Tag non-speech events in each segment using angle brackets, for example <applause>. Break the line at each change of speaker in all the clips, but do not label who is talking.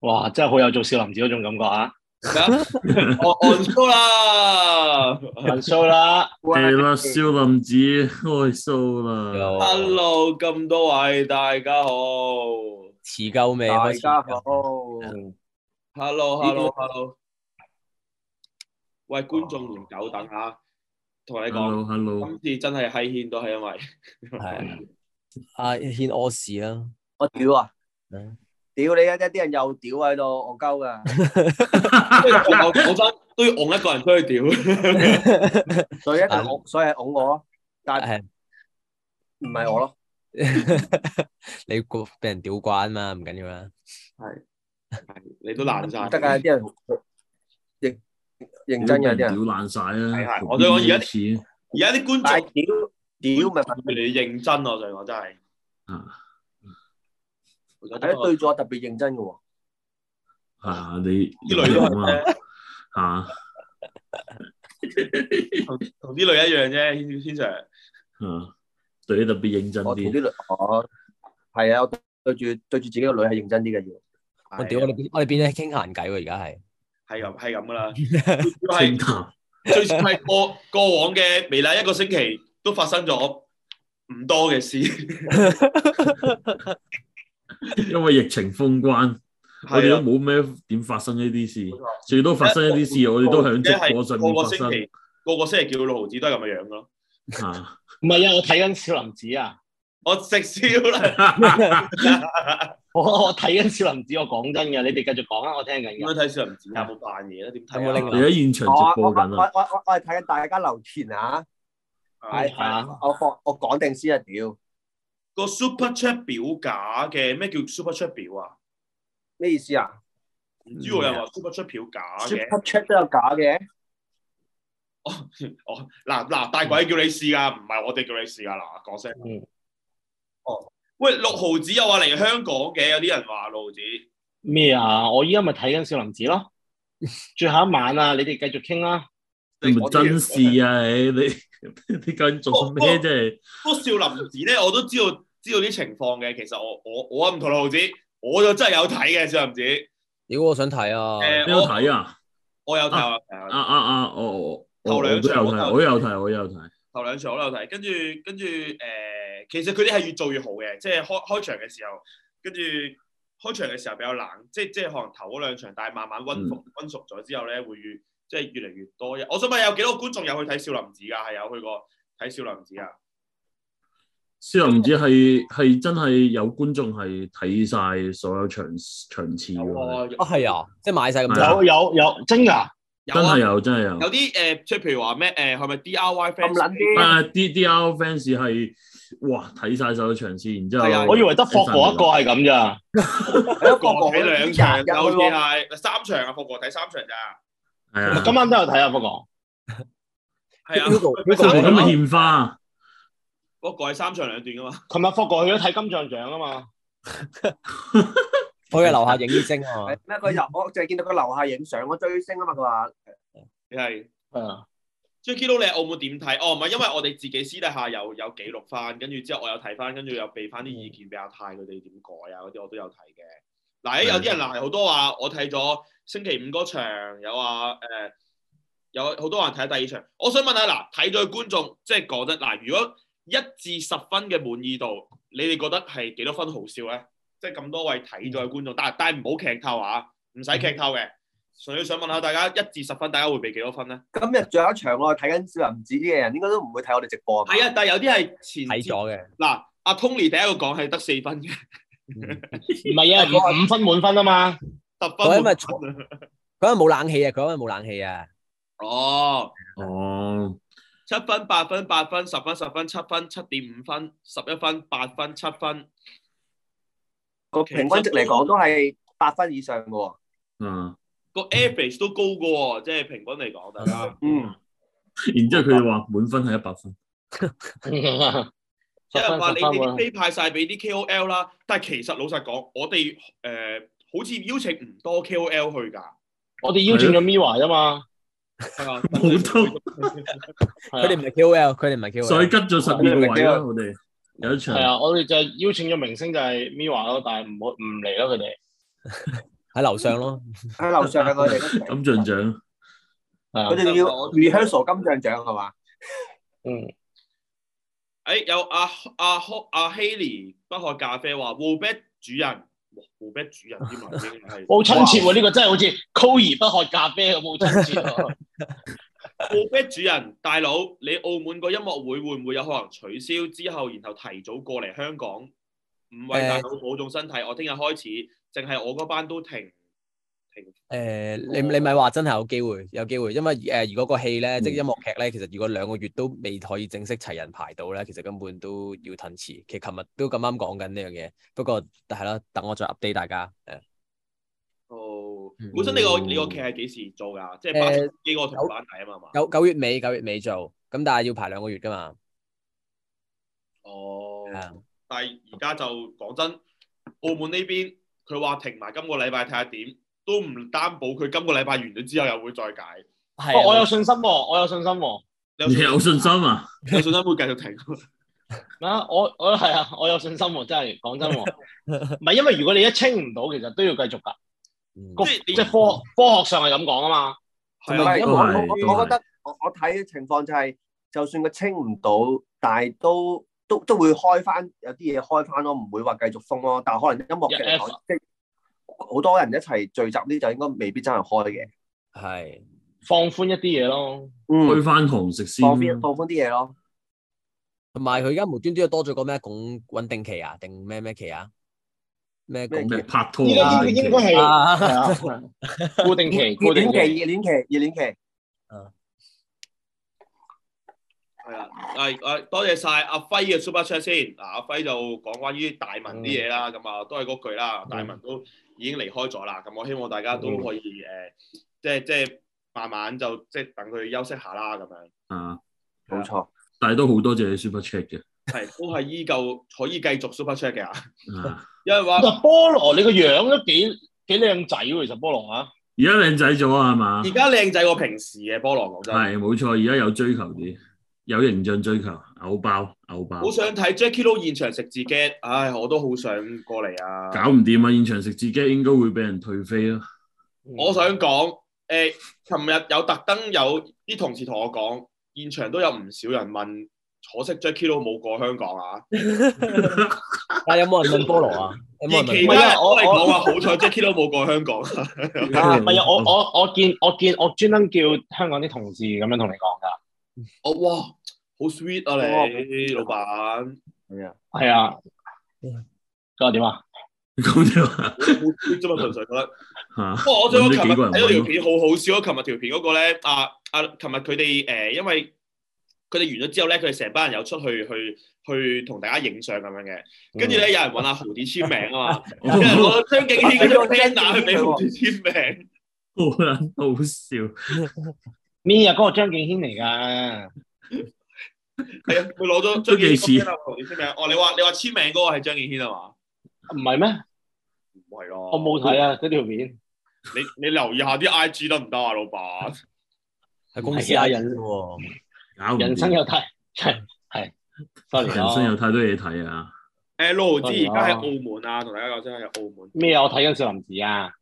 哇，真係好有做少林寺嗰種感覺啊！
我 on show 啦
人數啦，
係啦，少林寺開 show 啦，
Hello，
，Hello 咁多位大家好
遲夠未？
大
開始
家好
㗎，
，Hello，Hello，Hello，喂，觀眾唔久等啊，同你講，
Hello，Hello，
今次真係閪軒都係因為
係啊阿軒屙屎啦，
我屌啊
嗯！
屌你啊！一啲人又屌喺度，戇鳩噶，
我講真都要戇一個人出去屌，
所以一定戇，所以係拱我咯，但係
係
唔係我咯。
你個俾人屌慣嘛，唔緊要啦。
係你都爛晒，
得噶，啲人認認真嘅啲
屌
人，
爛晒
係
啊！
係我想講而家
啲似
而家啲觀
但係
眾
屌屌咪問
越嚟越認真，我想講真係，
啊
我覺得
題，對住我特別認真嘅喎。
啊，你
啲女都係啫。
啊
同啲女一樣啫，軒軒 Sir。
啊，對你特別認真
我同
啲，
啲女，我係啊，我對住對住自己個女係認真啲嘅要。
啊
我屌我哋變我哋變咗傾閒偈喎，而家係
係咁係咁噶啦。最主要
清
係
談
最主要係過過往嘅微辣一個星期都發生咗唔多嘅事，
因為疫情封關，我哋
係
都
啊，
冇咩點發生呢啲事
冇錯，
最多發生一啲事，我哋都響直播上
個
面
個
發
星期
生
個個星期叫六毫子都係咁嘅樣咯。
啊。
唔係啊，我睇緊少林寺啊， <laughs>
我食
<laughs>
燒啦，
我我睇緊少林寺，我講真嘅，你哋繼續講啊，我聽緊
點
嘅。
樣睇少林寺有冇扮嘢咧？點睇啊
有冇拎
你喺現場
我
直
我
播
我
緊啊！
我我我係睇緊大家留言啊！
啊
係係，我放我講定先啊！屌
個 Super Chat 表假嘅咩叫 Super Chat 表啊？
咩意思啊
唔知我有話 Super Chat 表假嘅。
à? ？Super Chat 都有假嘅，
哦，嗱嗱，大鬼叫你試㗎，唔係我哋叫你試㗎。嗱，講聲。
嗯
哦，喂，六毫子又話嚟香港嘅，有啲人話六毫子。
咩啊？我依家咪睇緊少林寺咯，最後一晚啊，你哋繼續傾啦。
你咪真事啊！你 <laughs> 你你究竟做咩啫？
不過少林寺咧，我都知道知道啲情況嘅。其實我我我唔同六毫子，我就真係有睇嘅少林寺。
屌我想睇啊！
誒
你有睇啊？
我有睇，
啊
我有睇我有
啊
睇
啊啊！我我我我都
頭
有
兩場
睇，我有睇，我有睇。
頭兩場我都有睇。跟住跟住誒，其實佢哋係越做越好嘅，即係開開場嘅時候，跟住開場嘅時候比較冷，即即係可能頭嗰兩場，但係慢慢
嗯
温服温熟咗之後咧，會越即係越嚟越多。我想問有幾多個觀眾有去睇少林寺㗎？係有去過睇少林寺㗎？啊
少林寺係係真係有觀眾係睇晒所有場場次
有
嘅，
啊，有
啊係啊，即係買晒咁
係啊
多，
有有有，真㗎？
有
真
啊
係，有真係有。
有啲誒，即係譬如話咩呃誒，係咪 DIY
咁
fans？
撚啲。
啊！D D R fans 係哇睇晒所有場次，然之後
係啊
我以為得霍哥一個係咁咋。
係一個個啊
睇兩場，
日日
好似
去喎
係三場啊，霍哥睇三場咋？
係
我
啊，
今晚都有睇啊，不過
係
<laughs>
啊，
Hugo-
佢
霍
三
哥今
場
日獻花，
霍哥係三場兩段㗎嘛。
琴日霍哥去咗睇金像獎啊嘛。
我嘅樓下影啲精啊嘛
係，咩？
嗯
佢又我淨係見到佢樓下影相，我追星啊嘛！佢話
你係
係啊，
Jacky Lou，你喺澳門點睇？哦，唔係，因為我哋自己私底下有有記錄翻，跟住之後我有睇翻，跟住又俾翻啲意見俾阿泰佢哋點改啊嗰啲，我都有睇嘅。嗱，有啲人嗱好多話我睇咗星期五嗰場，有話誒、呃有好多人睇第二場。我想問下嗱，睇咗嘅觀眾即係講真嗱，如果一至十分嘅滿意度，你哋覺得係幾多分好笑咧？即係咁多位睇咗嘅觀眾，但係但係唔好劇透啊，唔使劇透嘅。純粹想問下大家一至十分，大家會俾幾多分咧？
今日仲有一場喎，睇緊少林寺嘅人應該都唔會睇我哋直播啊嘛。
係啊，但係有啲係前
睇咗嘅。
嗱，阿 Tony 第一個講係得四分嘅， <laughs>
唔係啊，五五分滿分啊嘛。
十分
我因為
冇分啊
嗰日冇冷氣啊，佢嗰日冇冷氣啊，
哦，
哦，
七分、八分、八分、十分、十分、七分、七點五分、十一分、八分、七分，
個平均值嚟講都係八分以上嘅喎。
啊，
個 average 都高嘅喎，即係平均嚟講，大家
嗯，
然之後佢哋話滿分係一百分，
即
十
係
分啊
話
十
你
分
哋啲
喎
飛派晒俾啲 KOL 啦，但係其實老實講，我哋誒、呃好似邀請唔多 KOL 去㗎，
我哋邀請咗 Miwa 啫嘛。
係啊，
冇多
佢啊
佢哋唔係 KOL，佢哋唔係
所以
KOL，
吉咗十二個位啦，我哋有一場
啊係。啊，我哋就係邀請咗明星就係 Miwa 咯，但係唔好唔嚟咯，佢哋
喺樓上咯，
喺樓上嘅佢哋嗰
<laughs>
場，
金像獎
啊
佢哋要 rehearsal 金像獎係嘛？
嗯，
诶，有阿阿阿阿希尼不喝咖啡話 w o b e t 主人 w o b e t 主人
<laughs>
添啊，已經係
母親節喎，呢個真係好似 c o y 不喝咖啡嘅母親節喎。
w o b e t 主人大佬，你澳門個音樂會會唔會有可能取消之後，然後提早過嚟香港？五位大佬保重身體，我聽日開始，淨係我嗰班都停停。
诶、呃你你咪話真係有機會，有機會，因為诶、誒如果個戲咧，即系音樂劇咧，其實如果兩個月都未可以正式齊人排到咧，其實根本都要褪遲。其實琴日都咁啱講緊呢樣嘢，不過係啦，等我再 update 大家。呃诶、
哦
嗯，
本身你個你個劇係幾時做㗎？即係八
誒
幾個同班底啊嘛嘛。
九九月尾九月尾做，咁但係要排兩個月噶嘛。
哦
係啊，
但係而家就講真，澳門呢邊佢話停埋今個禮拜睇下點，都唔擔保佢今個禮拜完咗之後又會再解。
系
哦我有信心喎，我有信心喎。
你
你有信心啊？
有信心會繼續停？
啊，我我係啊，我有信心喎，真係講真喎。唔係因為如果你一清唔到，其實都要繼續㗎。
嗯
即係你
即係科科學上係咁講啊嘛。
係
唔
啦，
係
都係都
我
係
我我覺得我我睇嘅情況就係，就算佢清唔到，但係都都都會開翻有啲嘢開翻咯，唔會話繼續封咯。但係可能音樂劇嚟講，即係好多人一齊聚集呢，就應該未必真係開嘅。
系
放寬一啲嘢咯。
嗯，
去翻堂食先
放寬放寬啲嘢咯。
同埋佢而家無端端又多咗個咩拱穩定期啊，定咩咩期啊？咩拱
咩拍拖
依
啊
家？應該應該係
啊？ <laughs>
係啊，固定期，
熱
固定
戀
期
期、。熱戀期、熱戀期。
係啦，係誒，多謝晒阿輝嘅 super chat 先。嗱，阿輝就講關於大文啲嘢啦，咁啊都係嗰句啦，大文都已經離開咗啦。咁我希望大家都可以誒，即係即係慢慢就即係等佢休息下啦，咁樣。
啊，
冇錯，
但係都好多謝你 super chat 嘅 <laughs>
係都係依舊可以繼續 super chat 嘅啊，
啊！
因
<laughs>
為話
嗱，菠蘿你個樣都幾幾靚仔喎，其實菠蘿啊。
而家靚仔咗啊，係嘛
而？家靚仔過平時嘅菠蘿講真，
係冇錯，而家有追求啲，有形象追求，嘔爆嘔爆，
好想睇 Jackie Lou 現場食自己，唉，我都好想過嚟啊！
搞唔掂啊！現場食自己應該會俾人退飛咯。
嗯
我想講，誒，琴日有特登有啲同事同我講，現場都有唔少人問，可惜 Jackie Lou 冇過香港啊。
但有冇人問菠蘿啊？有
而
冇人問
其
菠蘿
他人我嚟講
我
話，好彩 Jackie Lou 冇過香港啊。
啊，唔係啊，我
嗯
我我見我見我專登叫香港啲同事咁樣同你講㗎。
我哇，好 sweet 啊你，老闆，
係啊，
係啊，
嗯
咁又點啊？
<laughs> 咁就話 <laughs>
好 sweet 啫嘛，純粹覺得。
嚇
不過我想講，琴日
搵咗幾個人
睇到條
搵
片好好笑啊！琴日條片嗰個咧，啊啊，琴日佢哋誒，因為佢哋完咗之後咧，佢哋成班人有出去去去同大家影相咁樣嘅，跟住咧有人揾阿豪啲簽名啊嘛， <laughs> 有人
咯，
攞張敬軒嗰張 banner 去俾豪啲簽名，
好撚好笑。
呢日嗰個張敬軒嚟㗎，
係啊，佢攞咗張敬軒嗰個 banner 豪啲簽名。哦，你話你話簽名嗰個係張敬軒啊嘛？
唔係咩？
唔係咯，
我冇睇
嗯
啊，嗰條片。
你你留意下啲 I G 得唔得啊，老闆？
係公司
係啊
啊
人
人喎，
搞唔掂
人生有太 <laughs> 係係，sorry
人生有太多嘢睇啊！
誒，六毫子而家喺
哎呀
澳門啊，同大家講真係澳門
咩啊？我睇緊少林寺啊，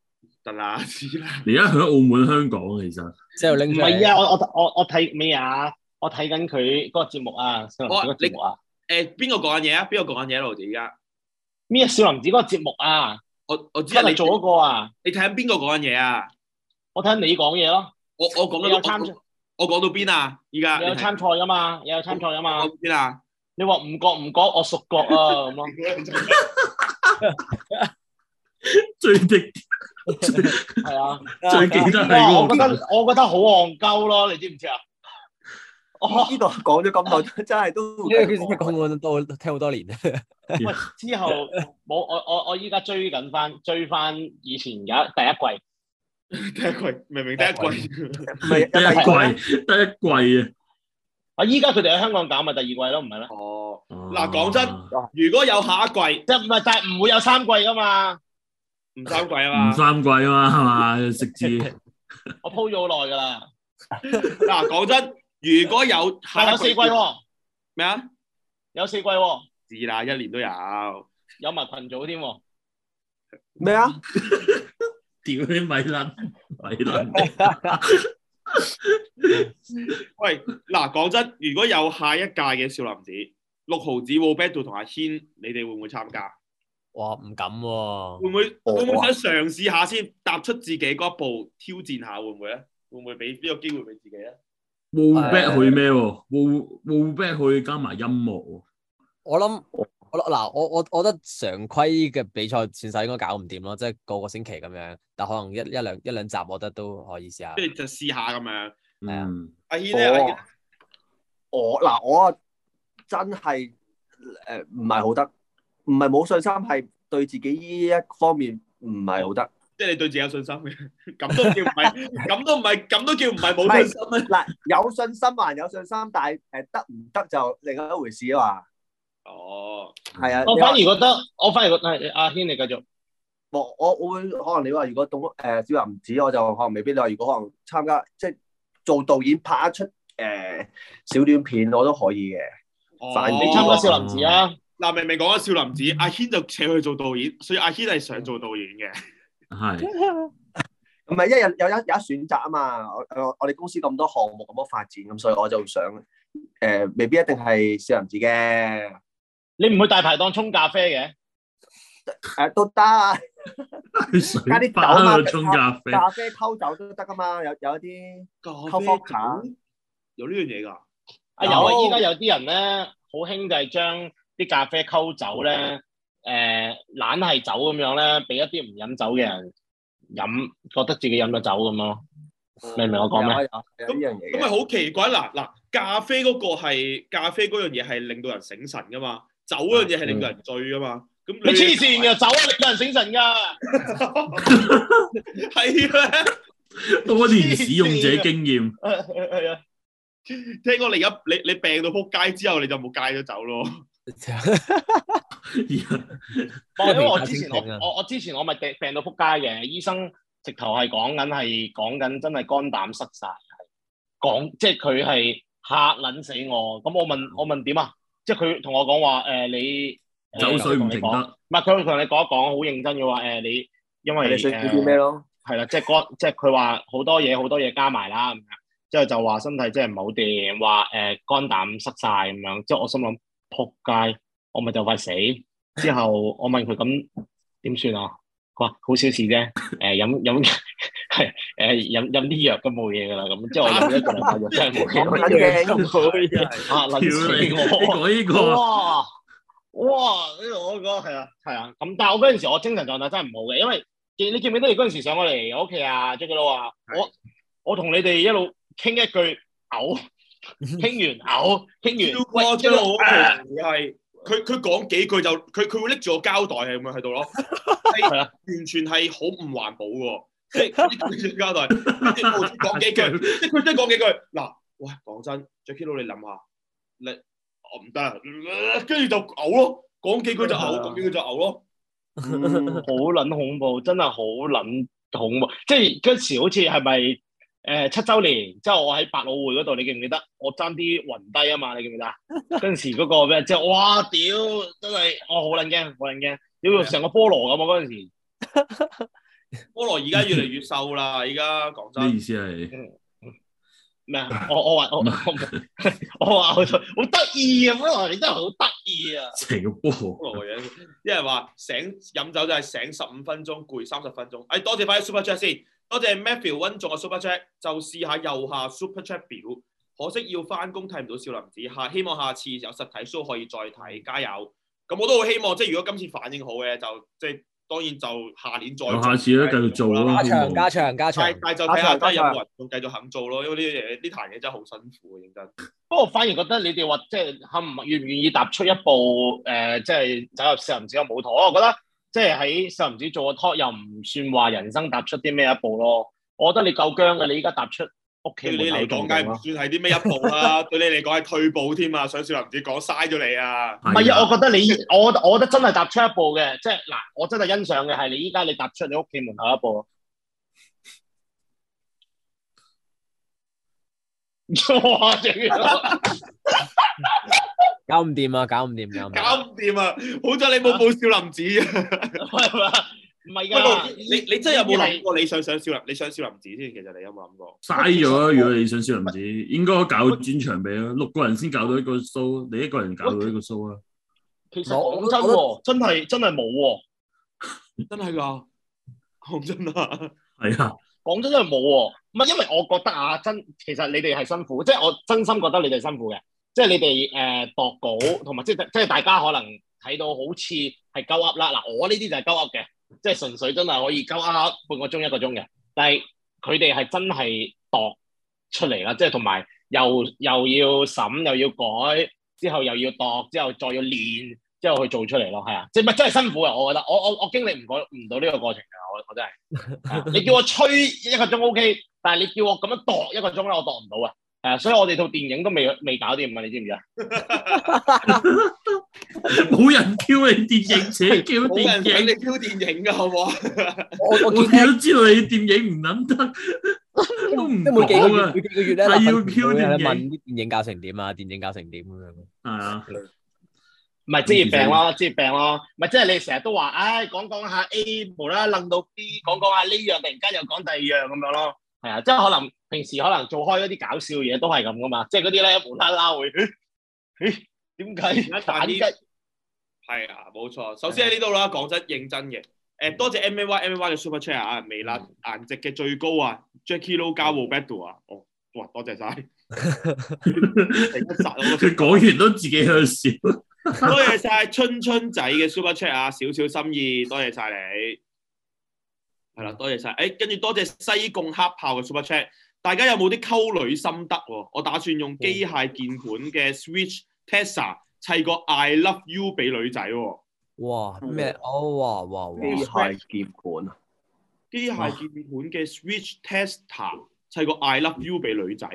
得啦，知啦。
你而家喺澳門、香港，其實
之後
唔
拎出嚟
係啊，我我我我睇咩啊？我睇緊佢嗰個節目啊，少林寺嗰個節目啊，
誒，邊個講緊嘢啊？邊個講緊嘢啊，六毫子而家？
咩啊少林寺嗰個節目啊，
我我知
今
啊，
日
你
做嗰個啊，
你睇緊邊個講緊嘢啊？
我睇緊你講嘢咯，
我我講
你有參
緊
賽
我我講到邊啊？依家
你有
睇
參賽㗎嘛，你有參賽㗎
我講
嘛
到，邊啊？
你話唔覺唔覺，我熟覺啊咁
<laughs>
咯，
最極
係啊。
最記得係
哇！
嗰
我覺
個
得我覺得好戇鳩咯，你知唔知啊？哦，
<laughs>
呢度講咗
<laughs>
咁耐，真係都
呢個佢講我都聽好多年，
之後冇我我我依家追緊翻追翻以前有一第一季，
第一季明明第一季，
唔係有第二個咩
第一季，第一季啊！
啊依家佢哋喺香港搞咪第二季咯，唔係咩？
哦，嗱
嗱
講真如果有下一季
即係唔係但係唔會有三季噶嘛？
唔三季啊
唔
嘛，
三季啊嘛，係嘛？食字
我鋪咗好耐㗎
<laughs>
啦，
嗱講真，如果有
但
下
有
一
四季喎，
咩啊？
有四季喎，
是啦，一年都有，
有埋群組添喎。
咩啊？
屌你咪撚咪撚，
喂，嗱，講真，如果有下一屆嘅少林寺，六毫子、w b a t t 同阿軒，你哋會唔會參加？
哇，唔敢喎、
會唔會
哦
會唔會想嘗試下先，踏出自己嗰一步，挑戰下會唔會咧？會唔會俾呢個機會俾自己啊咧？
w
啊
b a c 去咩喎 w b a c 去加埋音樂
我諗我嗱，我我我覺得常規嘅比賽選手應該搞唔掂咯，即係個個星期咁樣，但可能一一兩一兩集，我覺得都可以試下
即。係就試下咁樣。
喎，
係啊
嗯，
阿軒
哦
咧，阿軒呢
我嗱，我啊真係誒唔係好得，唔係冇信心，係對自己呢一方面唔係好得。
即係你對自己有信心嘅， <laughs> 咁都叫唔係，咁都唔係，咁都叫唔係冇信心啊咩？
嗱，有信心還有信心，但係誒得唔得就另一回事啊
哦，
嘛。係啊，
我
你
反而
話
覺得，我反而覺得係阿軒你繼續。
哦
我我我會可能你話如果懂誒小林子，我就可能未必。你話如果可能參加即係做導演拍一出誒、呃小短片，我都可以嘅。
哦
反而
你參加少林寺啊？
嗱，明明講緊少林寺，阿軒就扯佢做導演，所以阿軒係想做導演嘅。
係
唔係一日有一有一選擇啊嘛！我我我哋公司咁多項目咁多發展，咁所以我就想誒、呃未必一定係少林寺嘅，誒、
你唔去大排檔沖咖啡嘅？
都得啊，
水
加啲酒啊
吧
嘛
喺度沖咖啡，
咖啡溝酒都得噶嘛，有有一啲
咖
啡茶
有呢樣嘢㗎？
啊有啊！
有
依家有啲人咧好興就係將啲咖啡溝酒咧，誒懶係酒咁樣咧，俾一啲唔飲酒嘅人飲，覺得自己飲咗酒咁咯。明唔明我講咩
有啊有有呢樣嘢
咁咪
嘅，
好奇怪嗱嗱，咖啡嗰個係咖啡嗰樣嘢係令到人醒神㗎嘛，酒嗰樣嘢係令到人醉㗎嘛。咁
嗯
你黐線嘅，酒啊！你有人醒神
<laughs>
㗎。
<laughs> 係啊！
多年使用者經驗， <laughs>
係啊
<laughs> 聽講你而家你你病到撲街之後，你就冇戒咗酒咯。
因為我
咖啡
之前我
醒啊
我我之前我咪病病到撲街嘅，醫生直頭係講緊係講緊真係肝膽塞晒，講即係佢係嚇撚死我。咁我問我問點啊？即係佢同我講話誒你
酒水唔
同
停
你講
得，
唔係佢同你講一講，好認真嘅話，誒、你因為
你想要啲咩
誒
咯？
係啦，即係嗰即係佢話好多嘢好多嘢加埋啦咁樣，之後就話身體真係唔好掂，話誒肝膽塞晒咁樣，之後我心諗撲街，我咪就快死。之後我問佢咁點算啊？佢話好小事啫，誒、飲 <laughs> 飲係誒飲飲啲藥咁冇嘢㗎啦，咁之後我飲咗一個禮拜藥真係冇嘢，
講緊嘅，
啊
屌
撚
你，你
死我！
講呢個
哇哇！呢個我講係啊係啊，咁但係我嗰陣時我精神狀態真係唔好嘅，因為記你記唔記得你嗰陣時上我嚟我屋企啊 j a c k 佬啊，我我同你哋一路傾一句嘔，傾完嘔，傾
超
完
過
喂
張老
啊
係佢佢講幾句就佢佢會拎住個膠袋係咁樣喺度咯，係
係啊
完全係好唔環保喎，即係拎住個膠袋，跟住無端講幾句，即係佢真係講幾句嗱，喂講真，Jackie 佬你諗下，你哦我唔得啊，跟住就嘔咯，講幾句就嘔，講幾句就嘔咯，
嗯
好撚恐怖，真係好撚恐怖。即係嗰時好似係咪誒呃七週年之後，我喺百老匯嗰度，你記唔記得？我爭啲暈低啊嘛，你記唔記得啊？嗰陣時嗰個咩，即係哇屌，真係我好撚驚，好撚驚，屌到成個菠蘿咁啊！嗰陣時
菠蘿而家越嚟越瘦啦，而家講
<laughs> 咩
真
意。思啊係？
咩啊？我我話我我 <laughs> 我話好好得意啊！菠蘿你真係好得意啊！
成個波
菠蘿嘅，一人話醒飲酒就係醒十五分鐘，攰三十分鐘。哎，多謝翻啲 Super Chat 先，多謝 Matthew 温中嘅 Super Chat，就試下右下 Super Chat 表。可惜要翻工睇唔到少林寺，下希望下次有實體 show 可以再睇，加油！咁我都好希望，即係如果今次反應好嘅，就即係當然就下年再
有下次咧繼續做咯
<laughs> 加 <laughs> 長加長加長
但，但就睇下真係有冇人仲繼續肯做咯，因為呢樣嘢呢壇嘢真係好辛
啊
苦嘅，認真。
不過我反而覺得你哋話即係肯唔願唔願意踏出一步誒、呃即係走入少林寺嘅舞台。我覺得即係喺少林寺做個 talk 又唔算話人生踏出啲咩一步咯。我覺得你夠姜嘅，你依家踏出屋企
對你
門口
嚟講，
仲
梗係
勁
啊
唔
咯。
算係啲咩一步啦， <laughs> 對你嚟講係退步添啊！上少林寺講嘥咗你啊！
唔係啊，我覺得你我我覺得真係踏出一步嘅，即係嗱，我真係欣賞嘅係你依家你踏出你屋企門口一
<laughs>
步。 <laughs> 哇！仲要
搞唔掂啊，搞唔掂，搞唔掂。
搞唔掂啊！好在你冇報少林寺啊！
唔係嘛？唔唔係
不過
㗎，
你你真係有冇諗過你想上少林？你想少林寺先，其實你有冇諗過？
嘥咗啊！如果你想少林寺，應該搞專場俾啊，六個人先搞到一個 show，你一個人搞到一個 show 啊！
其實
我
講真喎，真係真係冇喎，
真係㗎，講真啊，
係啊，
講真真係冇喎。唔係因為我覺得啊，真其實你哋係辛苦，即係我真心覺得你哋辛苦嘅，即係你哋誒度稿同埋即係即係大家可能睇到好似係鳩噏啦。嗱，我呢啲就係鳩噏嘅，即係純粹真係可以鳩噏半個鐘一個鐘嘅。但係佢哋係真係度出嚟啦，即係同埋又又要審又要改，之後又要度，之後再要練，之後去做出嚟咯，係啊，即係咪真係辛苦啊？我覺得我我我經歷唔過唔到呢個過程㗎，我我真係係 <laughs> 啊，你叫我吹一個鐘 OK，但係你叫我咁樣度一個鐘咧，我度唔到啊。係啊，所以我哋套電影都未未搞掂啊！你知唔知啊？
冇人叫你電影，自己叫
冇人
電
想
影，
你挑電影㗎，好唔好啊？
我我
我
見咧
都知道你電影唔諗得，都唔
即係每幾個
講
月
啊
每，幾個月咧，
係要
立法會
挑
咧
電影
問啲電影搞成點啊，電影搞成點咁樣。
係啊，
唔係職業病咯，職業病咯，咪即係你成日都話，唉，講講下 A 無啦啦楞到 B，講講下呢樣，突然間又講第二樣咁樣咯。係啊，即係可能平時可能做開嗰啲搞笑嘢都係咁噶嘛，即係嗰啲咧無啦啦會， <laughs> 咦咦點解
而家
反
但
雞
啲？係啊，冇錯。首先喺呢度啦，講真認真嘅。誒，多謝 M A Y M A Y 嘅 Super Chat 啊，微辣顏值嘅最高啊，Jackie Lou 加 w o b a t t l 啊，哦，哇，多謝 <laughs> 晒。成一殺我
佢講完都自己喺度笑。
<laughs> 多謝晒春春仔嘅 Super Chat 啊，少少心意，多謝晒你。係啦，多謝晒。誒，跟住多謝西貢黑炮嘅 Super Chat。大家有冇啲溝女心得喎？我打算用機械鍵盤嘅 Switch Tessa 砌個 I Love You 俾女仔喎。
哇咩？哦哇哇哇！
機械鍵盤啊，
機械鍵盤嘅 Switch Tester 砌個 I Love You 俾女仔，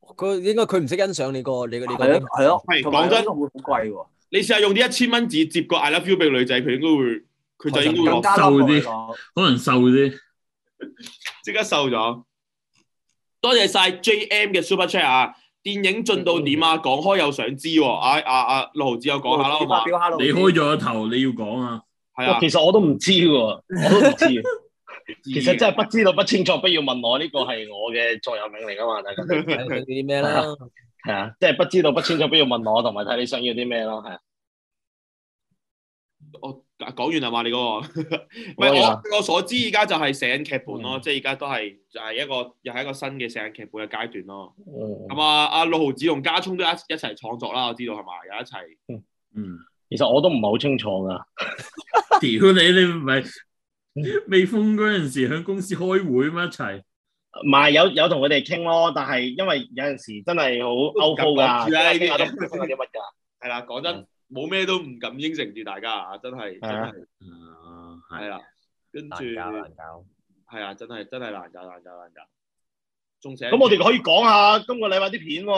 佢應該佢唔識欣賞你個你個你個
係咯啊係咯
係，
同埋
講真
呢個會好貴喎。
你試下用啲一千蚊紙接個 I Love You 俾女仔，佢應該會，佢就應該會
更
落
加嬲
瘦
喎
啲
你講
可能瘦啲，
即刻瘦咗。多謝晒 J M 嘅 Super Chat 啊！電影進度點啊？講開又想知喎，啊啊啊！六毫子有講下啦，好嘛
發？表下
你開咗個頭，你要講啊！
係
哇
啊，
其實我都唔知喎，我都唔
<laughs>
知。其實真
係
係不知道不清楚，不要問我呢個係我嘅座右銘嚟噶嘛，大家都
睇佢啲咩啦？
係啊，即係不知道不清楚，不要問我，同埋睇你想要啲咩咯，係啊。
我啊講完啦嘛？你嗰個唔
講完
係
啦
我據我所知，而家就係寫緊劇本咯，即係而家都係就係一個又係一個新嘅寫緊劇本嘅階段咯。
嗯，
咁啊，阿六毫子同家聰都一一齊創作啦，我知道係嘛，有一齊。
嗯，
其實我都唔係好清楚㗎。
屌你，你唔係未封嗰陣時喺公司開會咩一齊？
唔係有有同佢哋傾咯，但係因為有陣時真係好 out 㗎，
住啦呢啲嘢
我都唔知講緊啲乜㗎。
係啦，講真，冇咩都唔敢應承住大家啊，真係真
係啊
係
啊，<laughs>
係
係
啦，跟住
難搞
係
難搞。
啊，真係真係難搞難搞難搞。仲寫
咁我哋可以講下今個禮拜啲片喎。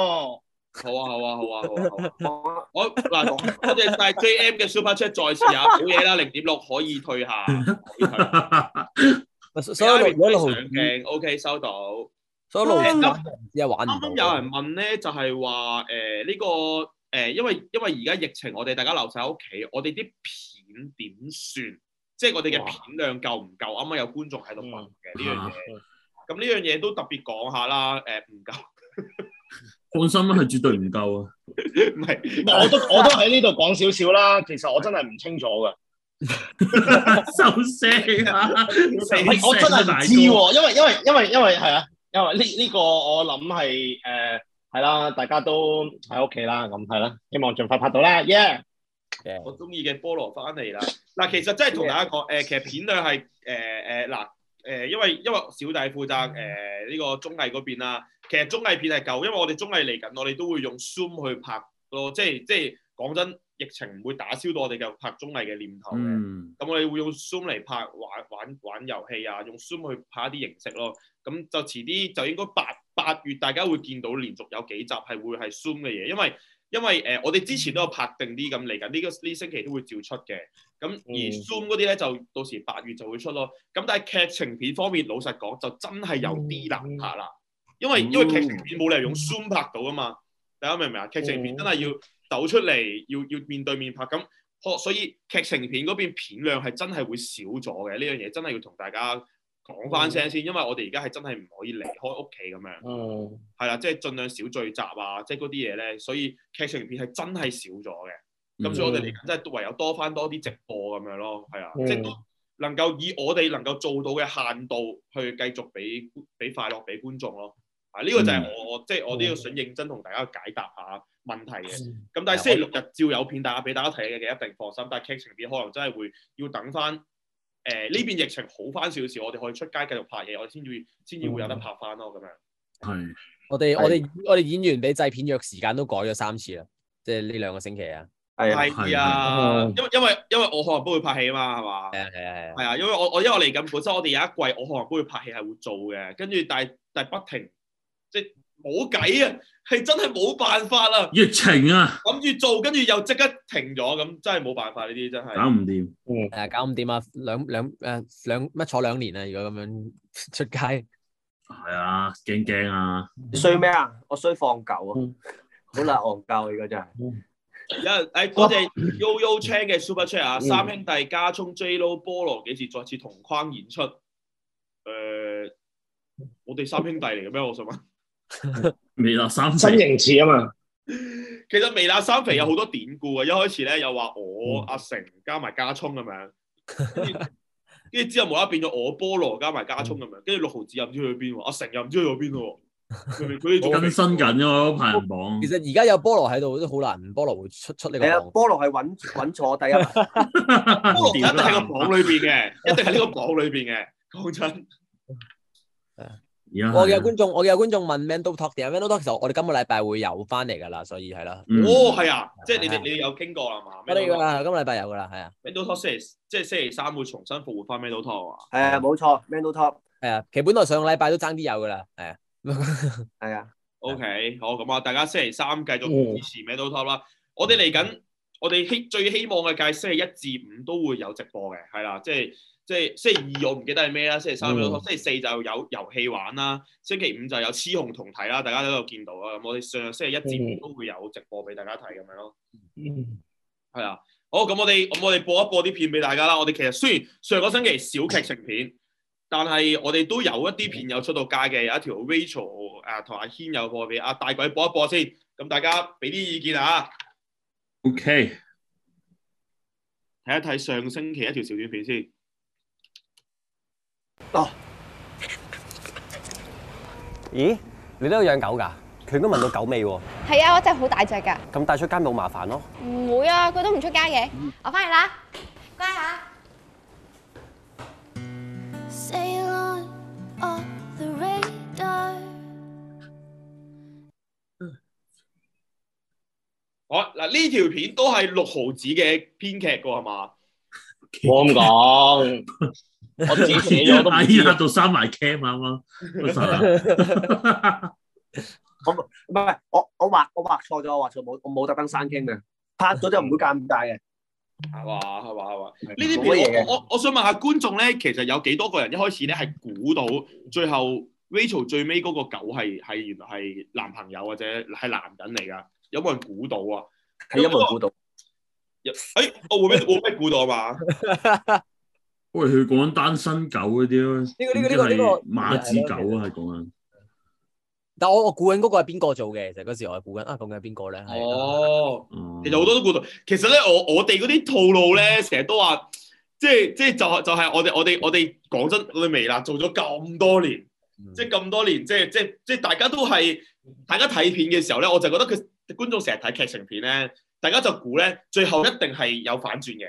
好啊好啊好啊好啊好啊！我嗱，多謝晒 J M 嘅 Super Chat 再次
<laughs>
啊，冇嘢啦，零點六可以退下，可以退下。
咪所所以六如果六毫
上鏡 OK 收到。
所以六毫
啱
子只係
嗯
啱
玩唔
啊
到啊
啱。有人問咧，就係話誒呢個誒、呃因為因為而家疫情，我哋大家留晒喺屋企，我哋啲片點算？即係我哋嘅
哇
片量夠唔夠？啱啱有觀眾喺度問嘅呢樣嘢
嗯，
咁呢樣嘢都特別講下啦。誒、唔夠，
放心啦，係絕對唔夠啊！
唔係
唔係我都我都喺呢度講少少啦。其實我真係唔清楚㗎，
à. <laughs> 收聲啊！
唔係我真係唔知喎，因為因為因為因為係啊，因為呢呢個我諗係誒係啦，大家都喺屋企啦，咁係啦，希望盡快拍到啦，yeah！
我中意嘅菠蘿翻嚟啦。嗱，其實真係同大家講，誒、呃其實片量係誒誒嗱誒，因為因為小弟負責誒呃呢、個綜藝嗰邊啦。其實綜藝片係夠，因為我哋綜藝嚟緊，我哋都會用 Zoom 去拍咯。即係即係講真，疫情唔會打消到我哋嘅拍綜藝嘅念
Ừ.
頭嘅。
嗯，
咁我哋會用 Zoom 嚟拍玩玩玩遊戲啊，用 Zoom 去拍一啲形式咯。咁就遲啲就應該八八月大家會見到連續有幾集係會係 Zoom 嘅嘢，因為因為誒、呃我哋之前都有拍定啲咁嚟緊呢個呢星期都會照出嘅。咁而
嗯
Zoom 嗰啲咧就到時八月就會出咯。咁但係劇情片方面，老實講就真係有啲難拍啦，因為因為劇情片冇理由用 Zoom 拍到啊嘛。大家明唔明啊？劇情片真係要走出嚟，要要面對面拍咁。可所以劇情片嗰邊片量係真係會少咗嘅，呢樣嘢真係要同大家講翻聲先，因為我哋而家係真係唔可以離開屋企咁樣，
嗯，
係啦，即係盡量少聚集啊，即係嗰啲嘢咧，所以劇情片係真係少咗
Ừ.
嘅。
嗯
咁所以我哋嚟緊真係唯有多翻多啲直播咁樣咯，係啊，
嗯
即係都能夠以我哋能夠做到嘅限度去繼續俾俾快樂俾觀眾咯。啊，呢個就係我我即係我呢個想認真同大家解答下問題嘅。咁但係星期六日照有片大家俾大家睇嘅，一定放心。但係劇情片可能真係會要等翻誒呢邊疫情好翻少少，我哋可以出街繼續拍嘢，我哋先至先至會有得拍翻咯咁樣。
係
我哋
係
我哋我哋演員俾製片約時間都改咗三次啦，即係呢兩個星期啊，
係啊，
係啊，因為因為因為我可能都會拍戲啊嘛，係嘛
係？啊係啊係啊
係啊，因為我我因為我嚟緊本身我哋有一季我可能都會拍戲係會做嘅，跟住但係但係不停即係冇計啊，係真係冇辦法啦，
疫情啊，
諗住做跟住又即刻停咗，咁真係冇辦法呢啲真
搞
係。
唔掂。
係啊，搞唔掂啊，兩兩誒兩乜坐兩年啊，如果咁樣 <laughs> 出街，
係啊，驚驚啊！
衰咩啊？我衰放狗啊
嗯，
好啦，戇鳩而家真
有
係。
人誒哎多謝 Yoyo Chan 嘅 Super Chat 啊，
嗯
三兄弟加葱 J Lo 菠蘿幾時再次同框演出？誒、呃我哋三兄弟嚟嘅咩？我想問。
未啦，三四
新形似啊嘛，
其實微辣三肥有好多典故啊！一開始咧又話
嗯
我阿成加埋加葱咁樣，跟住跟住之後無啦啦變咗我菠蘿加埋加葱咁樣，跟住六毫子又唔知去邊喎，阿成又唔知去咗邊咯喎，明明佢哋仲
更新緊嗰排行榜
其，實而家有菠蘿喺度都好難，菠蘿會出出呢個
係啊，
行
菠蘿係穩穩坐第一啦，
菠蘿一定喺個榜裏邊嘅，一定喺呢個榜裏邊嘅。講真，
而家
我嘅
係
有觀眾，我嘅有觀眾問 Mando Talk 點啊？Mando Talk 其實我哋今個禮拜會有翻嚟㗎啦，所以係啦，
嗯
哦係啊，即係你哋你哋有傾過啦嘛
我哋㗎
？Metal
啦，今個禮拜有㗎啦，係啊，
Talk 星期即係星期三會重新復活翻 Metal Talk 啊！
係啊，冇錯，Mental Top，
係啊，其實本來上個禮拜都爭啲有㗎啦，係啊，
係啊，哦
OK，好咁啊！大家星期三繼續
嗯
支持 Metal Top 啦。我哋嚟
嗯
緊，我哋希最希望嘅屆星期一至五都會有直播嘅，係啦，即係即係星期二我唔記得係咩啦，星期三
嗯
Metal Top，星期四就有遊戲玩啦，星期五就有雌雄同體啦，大家都有見到啊。咁我哋上星期一至五
哦
嗯
都會有直播俾大家睇咁樣咯。
嗯
係啊，好咁我哋咁我哋播一播啲片俾大家啦。我哋其實雖然上個星期少劇情片，但係我哋都有一啲片有出到街嘅，有一條 Rachel 啊同阿軒有播俾阿大鬼播一播先，咁大家俾啲意見啊，
OK，
睇一睇上星期一條小短片先。
咦，你都有養狗㗎？佢都聞到狗味喎，
係啊，我真係好大隻㗎，
咁帶出街咪好麻煩咯。
唔會啊，佢都唔出街嘅。我翻去啦，乖啊！
Sail on off the radar.
好嗱，呢條片都係六毫子嘅編劇㗎係嘛？
我咁講，
<laughs>
我自己寫咗都唔
哎
知
呀，
啊，
到閂埋 cam 啱啱，
唔係唔係，我我畫我畫錯咗，我畫錯冇，我冇特登刪傾嘅，拍咗就唔會尷尬嘅。
係嘛係嘛係嘛？
呢
呢啲
嘢
片
嘅，
我我我我想問下觀眾咧，其實有幾多個人一開始咧係估到最後 Rachel 最尾嗰個狗係係原來係男朋友或者係男人嚟㗎？有冇人估到啊？
係因為估到，
有誒，我會咩會咩估到啊嘛？
喂，佢講緊單身狗嗰啲呢
呢個呢個呢個呢個
馬子狗啊，係講緊。
但我我估緊嗰個係邊個做嘅，其實嗰時我係估緊啊，究竟係邊個咧？係
哦，
哦
其實好多都估到。其實咧，我我哋嗰啲套路咧，成日都話，即係即係就係就係我哋我哋我哋講真，我哋微辣做咗咁多年。
嗯
即係咁多年，即係即係即係大家都係大家睇片嘅時候咧，我就覺得佢觀眾成日睇劇情片咧，大家就估咧最後一定係有反轉嘅，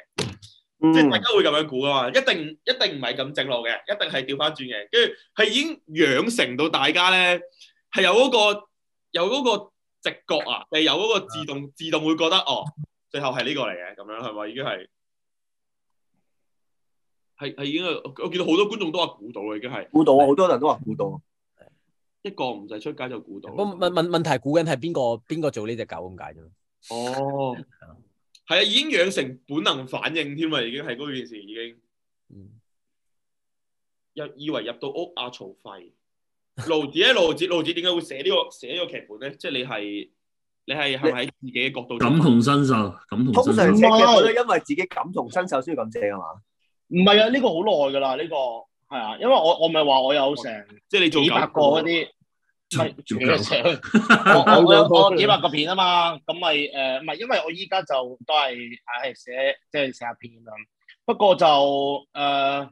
嗯
即係大家會咁樣估噶嘛，一定一定唔係咁正路嘅，一定係調翻轉嘅，跟住係已經養成到大家咧係有嗰、個有嗰個直覺啊，係有嗰個自動自動會覺得哦，最後係呢個嚟嘅，咁樣係咪已經係？係係已經係，我我見到好多觀眾都話估到啦，已經係
估到啊，好多人都話估到啊。
一個唔使出街就估到啦。
我問問問題估緊係邊個邊個做呢只狗咁解啫嘛？
哦，係啊，已經養成本能反應添啊，已經係嗰件事已經
嗯
入以為入到屋啊，曹費。盧子咧，盧子，盧子點解會寫呢、個寫呢個劇本咧？即係你係你係係咪喺自己嘅角度做
感同身受，感同
通常
身
赤
受。
腳本都因為自己感同身受先要咁正係嘛？
唔係啊，呢個好耐㗎啦，呢個係啊，因為我我咪話我有成
即係你做
幾百個嗰啲。唔係
做
全部都
狗 <laughs>
上我我有我有幾百個片啊嘛，咁咪誒唔係，因為我依家就都係係寫即係寫下片咁，不過就誒、呃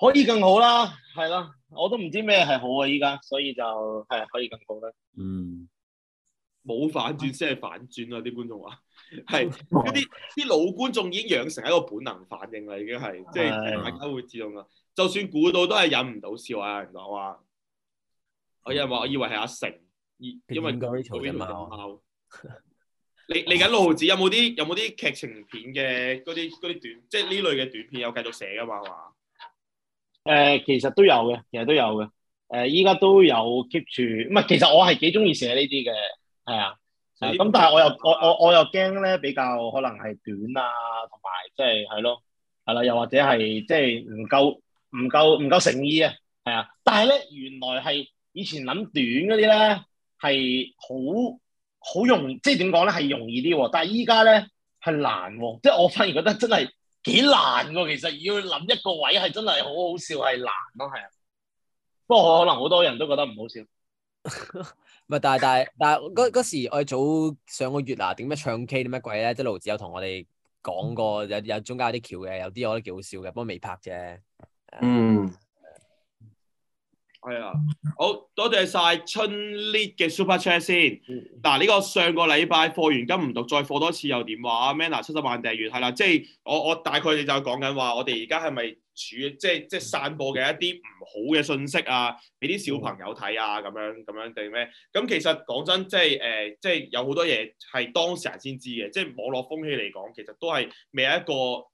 可以更好啦，係啦，我都唔知咩係好啊依家，所以就係可以更好啦。
嗯，
冇反轉先係反轉啊！啲觀眾話係
哦
嗰啲啲老觀眾已經養成一個本能反應啦，已經係即係
係啊
大家會自動啦。啊就算估到都係忍唔到笑啊！有人講話，我有人話我以為係阿成，因因為
佢演過 Rachel
呢
啫
度
嘛
咁貓。你嚟緊六毫子有冇啲有冇啲劇情片嘅嗰啲嗰啲短，即係呢類嘅短片有繼續寫噶嘛？係嘛？
誒、呃其實都有嘅，其實都有嘅。誒依家都有 keep 住，唔係其實我係幾中意寫呢啲嘅，係啊。係咁但係我又我我我又驚咧比較可能係短啊，同埋即係係咯，係啦，又或者係即係唔夠唔夠唔夠誠意啊，係啊。但係咧原來係以前諗短嗰啲咧係好好容即係點講咧係容易啲喎，但係依家咧係難喎，即係我反而覺得真係幾難喎。其實要諗一個位係真係好好笑係難咯，係啊。不過可能好多人都覺得唔好笑。
唔係，但係但係但係嗰嗰時我哋早上個月啊，點咩唱 K 啲乜鬼咧？即係盧子有同我哋講過，
嗯
有有中間有啲橋嘅，有啲我覺得幾好笑嘅，不過未拍
<laughs>
啫。
嗯，
係啊，好多謝晒春 lead 嘅 super chat 先。嗱，呢個上個禮拜課完金唔讀，再課多次又點話？Manner 七十萬訂閱係啦，即係我我大概就講緊話，我哋而家係咪處即係即係散播嘅一啲唔好嘅信息啊，俾啲小朋友睇啊，咁樣咁樣定咩？咁其實講真，即係誒、呃即係有好多嘢係當事人先知嘅，即係網絡風氣嚟講，其實都係未有一個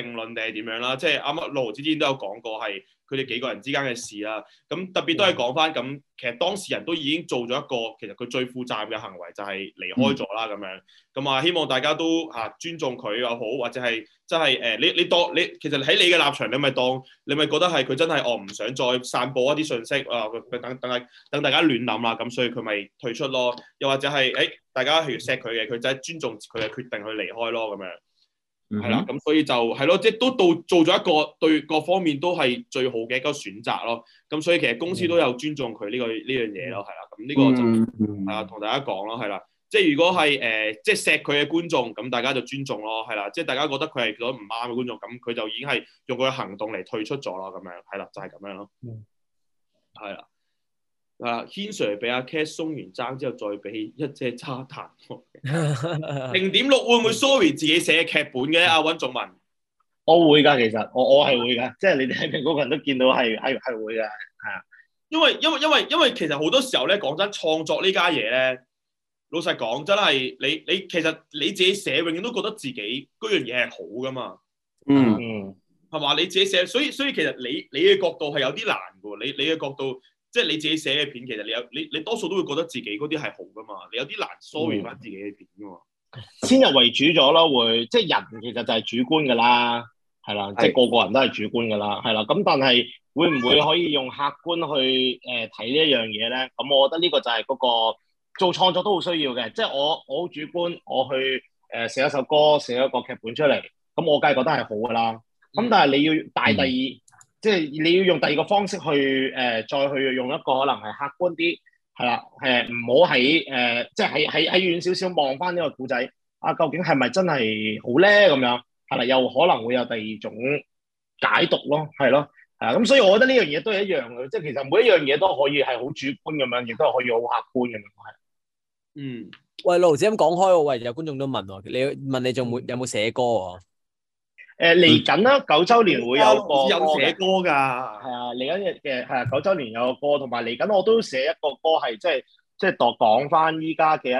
定論定係點樣啦。即係啱啱六毫之前都有講過係佢哋幾個人之間嘅事啦。咁特別都係講翻咁，其實當事人都已經做咗一個其實佢最負責任嘅行為，就係離開咗啦咁樣。咁啊，希望大家都啊尊重佢又好，或者係真係誒，你你當你其實喺你嘅立場，你咪當你咪覺得係佢真係哦唔想再散播一啲信息啊，佢佢等等大等大家亂諗啦，咁所以佢咪退出咯。又或者係誒、大家譬如錫佢嘅，佢就係尊重佢嘅決定去離開咯咁樣。係
係
啦，，咁所以就係咯，即係都到做咗一個對各方面都係最好嘅一個選擇咯。咁所以其實公司都有尊重佢呢、個呢樣嘢咯，係啦。咁呢個就
嗯
係啊，同大家講咯，係啦。即係如果係誒、呃即係錫佢嘅觀眾，咁大家就尊重咯，係啦。即係大家覺得佢係覺得唔啱嘅觀眾，咁佢就已經係用佢嘅行動嚟退出咗啦，咁樣係啦，就係、咁樣咯。係啦。啊，軒 Sir 俾阿 Cat 鬆完爭之後，再俾一隻渣彈我。
嗯
零點六會唔會 sorry 自己寫嘅劇本嘅呢阿温仲文？
我會㗎，其實我我係會㗎，即係你哋喺蘋果群都見到係係係會㗎。
因為因為因為因為其實好多時候咧，講真，創作呢家嘢咧，老實講真係你你其實你自己寫，永遠都覺得自己嗰樣嘢係好噶嘛，
嗯
嗯，
係嘛？你自己寫，所以所以其實你你嘅角度係有啲難嘅喎，你你嘅角度即係你自己寫嘅片，其實你有你你多數都會覺得自己嗰啲係好噶嘛，你有啲難 sorry 翻自己嘅片噶嘛。
先入為主咗咯，會即係人其實就係主觀㗎啦，係啦，即係個個人都係主觀㗎啦，係啦。咁但係會唔會可以用客觀去誒睇呢一樣嘢咧？咁我覺得呢個就係嗰、個做創作都好需要嘅，即係我我好主觀，我去誒、呃、寫一首歌，寫一個劇本出嚟，咁我梗係覺得係好㗎啦。咁但係你要大第二，即係你要用第二個方式去誒、呃再去用一個可能係客觀啲，係啦，誒唔好喺誒即係喺喺喺遠少少望翻呢個故仔。啊，究竟係咪真係好咧？咁樣係啦，又可能會有第二種解讀咯，係咯，係啊，咁所以我覺得呢樣嘢都係一樣嘅，即係其實每一樣嘢都可以係好主觀咁樣，亦都係可以好客觀咁樣，係
嗯，
喂，盧子咁講開喎，喂，有觀眾都問喎，你問你仲
嗯
會有冇寫歌喎？
誒嚟緊啦，九週年會有個
有
歌
寫
嘅，
歌㗎，
係啊，嚟緊嘅係啊，九週年有個歌，同埋嚟緊我都寫一個歌係即係即係度講翻依家嘅一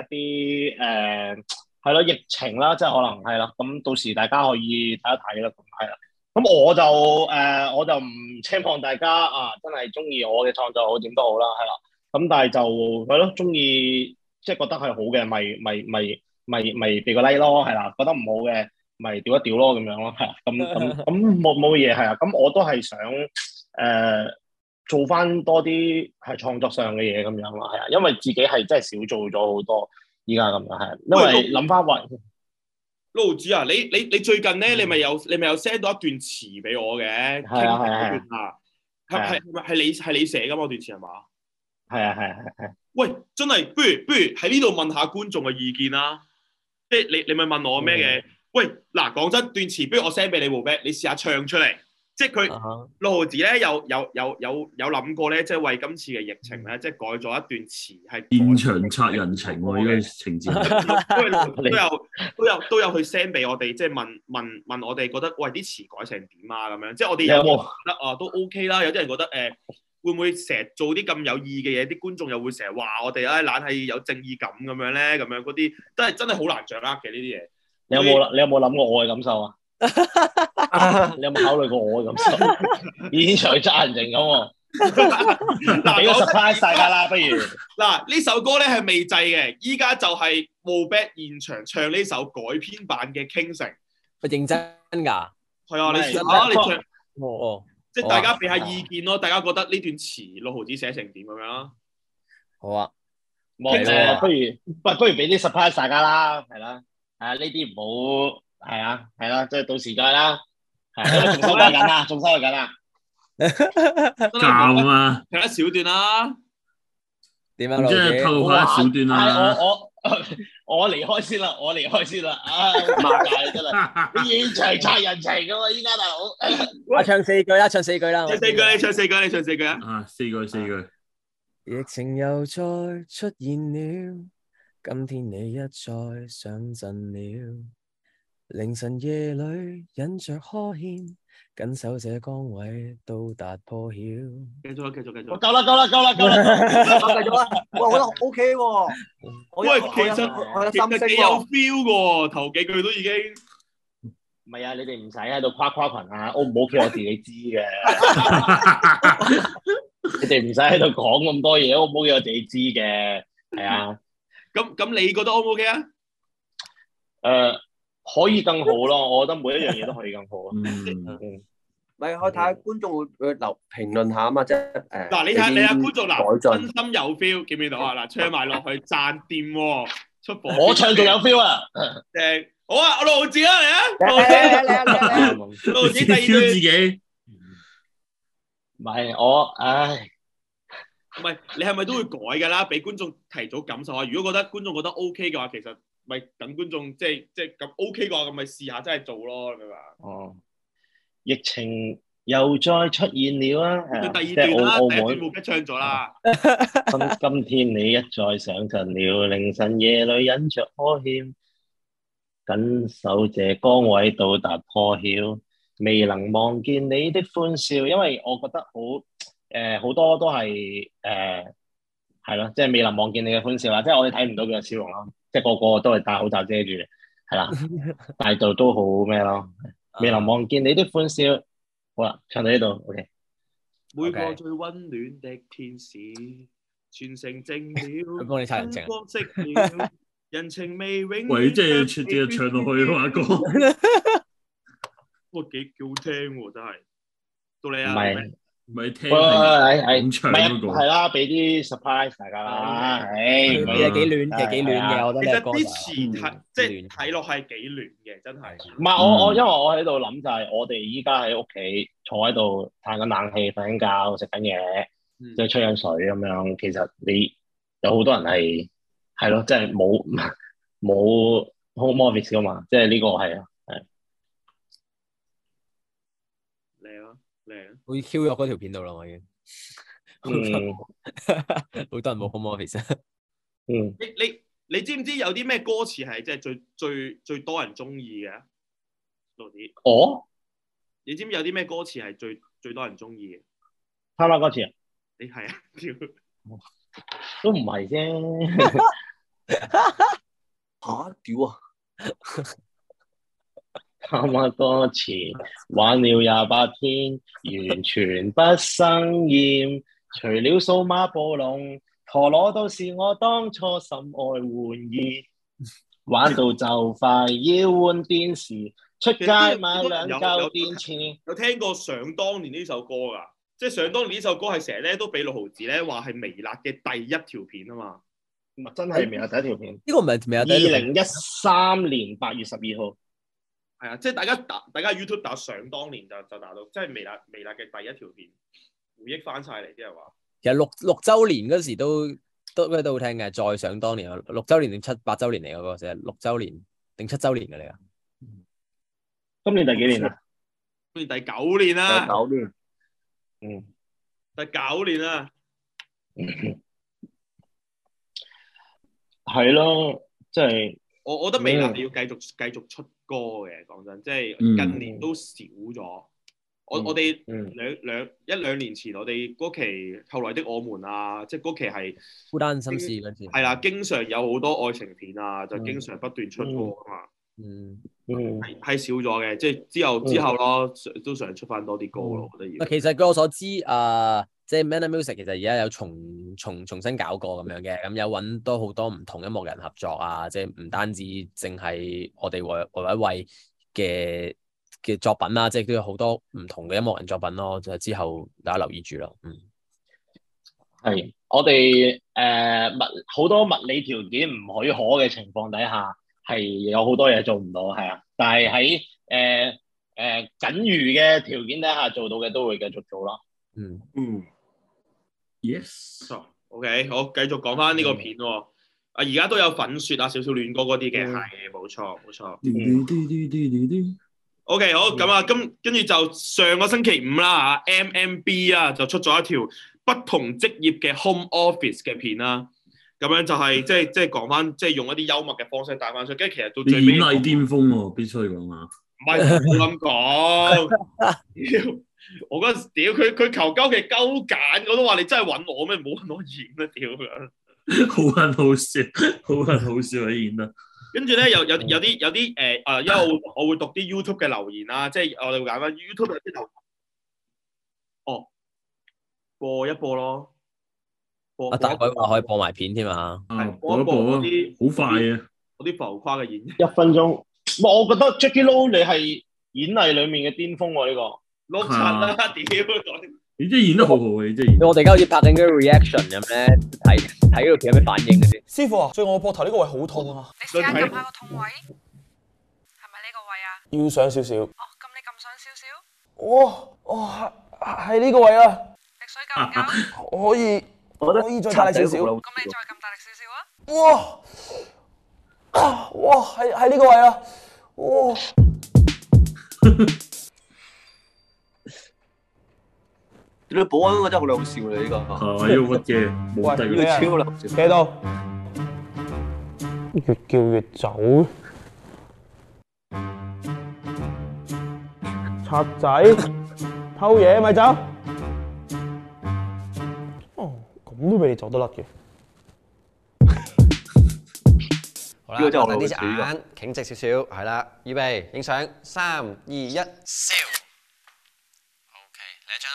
啲誒係咯疫情啦，即係可能係啦，咁到時大家可以睇一睇啦，咁係啦。咁我就誒、呃我就唔奢望大家啊，真係中意我嘅創作好點都好啦，係啦。咁但係就係咯，中意即係覺得係好嘅，咪咪咪咪咪俾個 like 咯，係啦。覺得唔好嘅，咪屌一屌咯，咁樣咯，係啦。咁咁咁冇冇嘢係啊。咁我都係想誒、呃做翻多啲係創作上嘅嘢咁樣咯，係啊，因為自己係真係少做咗好多，依家咁樣係啊，因為
喂
諗翻話
路子啊，你你你最近咧，你咪有你咪有 send 到一段詞俾我嘅，
嗯係啊係啊
係啊，
係啊
係係咪係你係你寫噶嘛？嗰段詞係嘛？
係啊係啊係啊係啊，
喂，真係不如不如喺呢度問下觀眾嘅意見啦。即係你你咪問我咩
嗯
嘅？喂，嗱講真，段詞不如我 send 俾你部 back，你試下唱出嚟。即係佢
啊
六毫子咧，有有有有有諗過咧，即係為今次嘅疫情咧，即係改咗一段詞係
嗯現場拆人情喎，呢個情節係。
因
<laughs>
為都有都有都有去 send 俾我哋，即係問問問我哋覺得喂啲詞改成點啊咁樣，即係我哋
你
有
有
啲人
冇
覺得啊都 OK 啦，有啲人覺得誒、呃、會唔會成日做啲咁有意義嘅嘢，啲觀眾又會成日話我哋啊懶係有正義感咁樣咧，咁樣嗰啲真係真係好難掌握嘅
<laughs>
呢啲嘢。
你有冇你有冇諗過我嘅感
<laughs>
受啊？你有冇考慮過我嘅感
<laughs>
受？現場揸人情咁喎，
嗱
俾個
講真
surprise 大家
<laughs>
啦，不如
嗱呢首歌咧係未製嘅，依家就係 Mo b a c 現場唱呢首改編版嘅傾城。
喂認真㗎，
係啊，你
唔係
試下你唱，
哦哦，
即係大家俾下意見咯。大家覺得呢段詞六毫子寫成點咁
<laughs>
樣啊？
好啊，
冇
係喎
誒，不如不不如俾啲 surprise 大家啦，係啦，啊呢啲唔好係啊係啦，即係到時再啦，係因為仲收緊緊
<laughs>
啊，仲收緊緊啊，
真係冇得
教啊，
睇一小段啦。
點啊樣
咁
老
即係
師？
透下一小
嗯
段
哇
啦。
係我 <laughs> 我我離開先啦，我離開先啦，啊尷尬真係，你現場拆人情咁啊，依家大佬
我啊唱四句啦，唱四句啦，
唱四句，你唱四句，你唱四句啊！
啊，四句四句，
疫情又再出現了，今天你一再上陣了。凌晨夜裏忍着呵欠，緊守這崗位到達破曉。
繼續，啊繼續，繼
我
續。
夠啦夠啦夠啦夠
<laughs>
啦，
繼續啦，哇，我覺得 O K 喎，我有
喂
我
其
有
實
我有
其
心
實
聲
幾有
喎，
feel 嘅喎，頭幾句都已經。
唔係啊，你哋唔使喺度誇誇群啊，O 唔 O K 我自己知嘅。你哋唔使喺度講咁多嘢，我唔好叫我自己知嘅，係啊，
咁咁，你覺得 O 唔 OK 啊？
誒、
嗯
可以更好咯，
<laughs>
我覺得每一樣嘢都可以更好咯。
嗯，
咪可以睇下觀眾會會呃留評論下啊嘛，即係誒。
嗱，你睇下你啊，
俾啲
觀眾
改
嗱，
進
真心有 feel，見唔見到啊？嗱，唱埋落去，讚掂喎，出火
我唱仲有 feel
<laughs>
啊！
正。好啊，我路字啊，嚟啊！
嚟
<laughs>
嚟嚟嚟嚟嚟
路
自
字
己
第二
挑自
段，
己，
唔係我，唉，
唔係你係咪都會改㗎啦？俾觀眾提早感受下。如果覺得觀眾覺得 OK 嘅話，其實咪等觀眾即係即係咁 OK 嘅話，咁咪試下真係做咯，咁樣啊。
哦，疫情又再出現了啊！係啊
到
即
第
係
二段啦，
澳澳
第一段
門
冇得唱咗啦。
今今天你一再上陣了，凌晨夜裏忍着呵欠，緊守這崗位到達破曉，未能望見你的歡笑，因為我覺得好誒好多都係誒係咯，即係未能望見你嘅歡笑啦，即係我哋睇唔到佢嘅笑容啦，即係個個都係戴口罩遮住，係
<laughs>
啦，但係就都好咩咯，未
啊
能望見你的歡笑，好啦，唱到呢度，OK，
每個
OK
最溫暖的天使，全城靜了，
佢幫你擦人情
燈
啊
光熄了，人情未永遠
喂，即係唱即係唱落去啊嘛，哥，
哇，幾幾好聽喎，真係。到你
唔
啊，
係。
咪聽
喂喂喂，
係
係
咁長
係，
嗰個
係啦，俾啲 surprise 大家啦，唉，
你
唔
佢
係
哋
嗯係幾暖嘅，幾暖
係啊
嘅，我
其
覺得
實
呢個歌
啲
手。
詞睇即係
暖
睇落係幾亂嘅，真係。
唔係我我，
嗯
因為我喺度諗就係我哋依家喺屋企坐喺度嘆緊冷氣、瞓緊覺、食緊嘢，即係吹緊水咁樣。其實你有好多人係係咯，即係冇 <laughs> 冇 home office 噶嘛，即係呢個係啊，
靚啊，靚啊！
好似 Q 咗嗰條片度啦，我已經。
嗯
<laughs> 好多人冇 home office 啊
嗯，
你你你知唔知有啲咩歌詞係即係最最最多人中意嘅？老啲，
我
你知唔知有啲咩歌詞係最最多人中意嘅？
參加嗰次啊
你係啊， <laughs> 屌！
都唔係啫。
嚇屌啊！
他媽多前玩了廿八天，完全不生厭。除了數碼暴龍，陀螺都是我當初心愛玩意。玩到就快要換電視，出街買兩嚿電池。
有聽過想當年呢首歌㗎？即係想當年呢首歌係成日咧都俾六毫子咧話係微辣嘅第一條片啊嘛。
咪真係未有第一條片。
呢個唔係未有
二
第一條
零一三年八月十二號，
係啊，即係大家打大家 YouTube 打想當年就就打到，即係微辣微辣嘅第一條片，回憶翻晒嚟，即係話
其實六六周年嗰時都都喺度聽嘅，再想當年啊六周年定七八周年嚟嘅嗰個，成六周年定七周年嘅嚟啊！
今年第幾年啊？
好似第九年啦，
九年，
嗯，
第九年啦，
係咯，即係
我我覺得微辣係要繼續繼續出歌嘅，講真，即
嗯
係近年都少咗。我
嗯
我哋
嗯
兩兩一兩年前，我哋嗰期後來的我們啊，即係嗰期係。
孤單心事嗰時，
係啦，經常有好多愛情片啊，就經常不斷出歌啊嘛，
嗯，
嗯
係係少咗嘅，即係之後之後咯，都想出翻多啲歌咯，我覺得
嗱
要。
其實據我所知，啊、即係 Man and Music 其實而家有重重重新搞過咁樣嘅，咁有揾多好多唔同音樂人合作啊，即係唔單止淨係我哋為為一位嘅嘅作品啦，即係都有好多唔同嘅音樂人作品咯，就之後大家留意住咯，嗯。
係我哋誒物好多物理條件唔許可嘅情況底下，係有好多嘢做唔到，係啊。但係喺誒誒僅餘嘅條件底下做到嘅都會繼續做咯。
嗯，
嗯，
Yes，
OK，好，繼續講翻呢個片喎。啊，而家都有粉雪啊，少少戀歌嗰啲
嗯
嘅，係冇錯冇錯。OK，好，咁啊，今跟住就上個星期五啦啊嚇，MMB 啊就出咗一條不同職業嘅 home office 嘅片啦。咁樣就
嗯
係即係即係講翻，即係用一啲幽默嘅方式帶翻出，跟住其實到
你
最
演
尾。
藝巔峰喎，必須講啊！
唔係冇咁講，屌！我嗰陣時屌佢佢求鳩其鳩揀，我都話你真係揾我咩？唔好揾我演啦，屌咁樣！
<laughs> 好撚好笑，好撚好笑你演得。
跟住咧有有有啲有啲誒啊，因為我我會讀啲 YouTube 嘅留言啦，即係我哋會揀翻 YouTube 有啲留言。哦，播一播咯，播
阿大啊鬼話可以播埋片添啊，
啊，
係播
播
一
一播
播
啊，好
啲
快啊！
嗰啲浮誇嘅演繹，
一分鐘，我覺得 Jackie Lou 你係演藝裡面嘅巔峰喎、呢、個
<laughs> 碌柒啦，屌！
你真係演得好好啊！你真係
<laughs>
演得
我哋而家好似拍緊嗰啲 reaction 咁咧，睇睇嗰條片有咩反應嘅先。
師傅啊，最我膊頭呢個位好痛啊，
你試下撳下個痛位，係咪呢個位啊？
要上少少。
哦，咁你撳上少少，
哇哇，係呢個位啊，
力水夠唔
Ah,
夠？
我可以
我覺得
可以再
插
大力
仔
少
好
少。
啦
咁你再撳大力少少啊！
哇啊哇，係係呢個位啊，哇！
你保安嗰個真係好兩笑你呢個，
啊，要屈嘅，冇
呢個
敵
喂
嘅。
超兩笑。
企度，越叫越走。賊仔偷嘢咪走。哦，咁都俾你走得甩嘅。
好
呢個
啦，
真係我
等
老
呢
嘅
隻
主意
眼傾直少少，係啦，預備影相，三二一，笑。OK，嚟一張啦。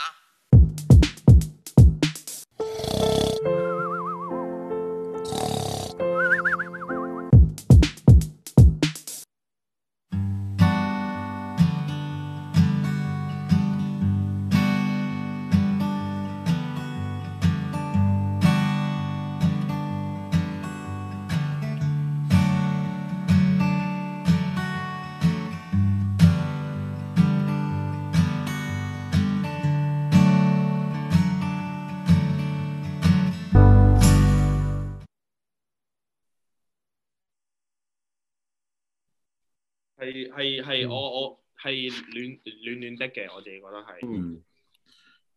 係係係，我我係暖暖暖的嘅，我自己覺得係。
嗯，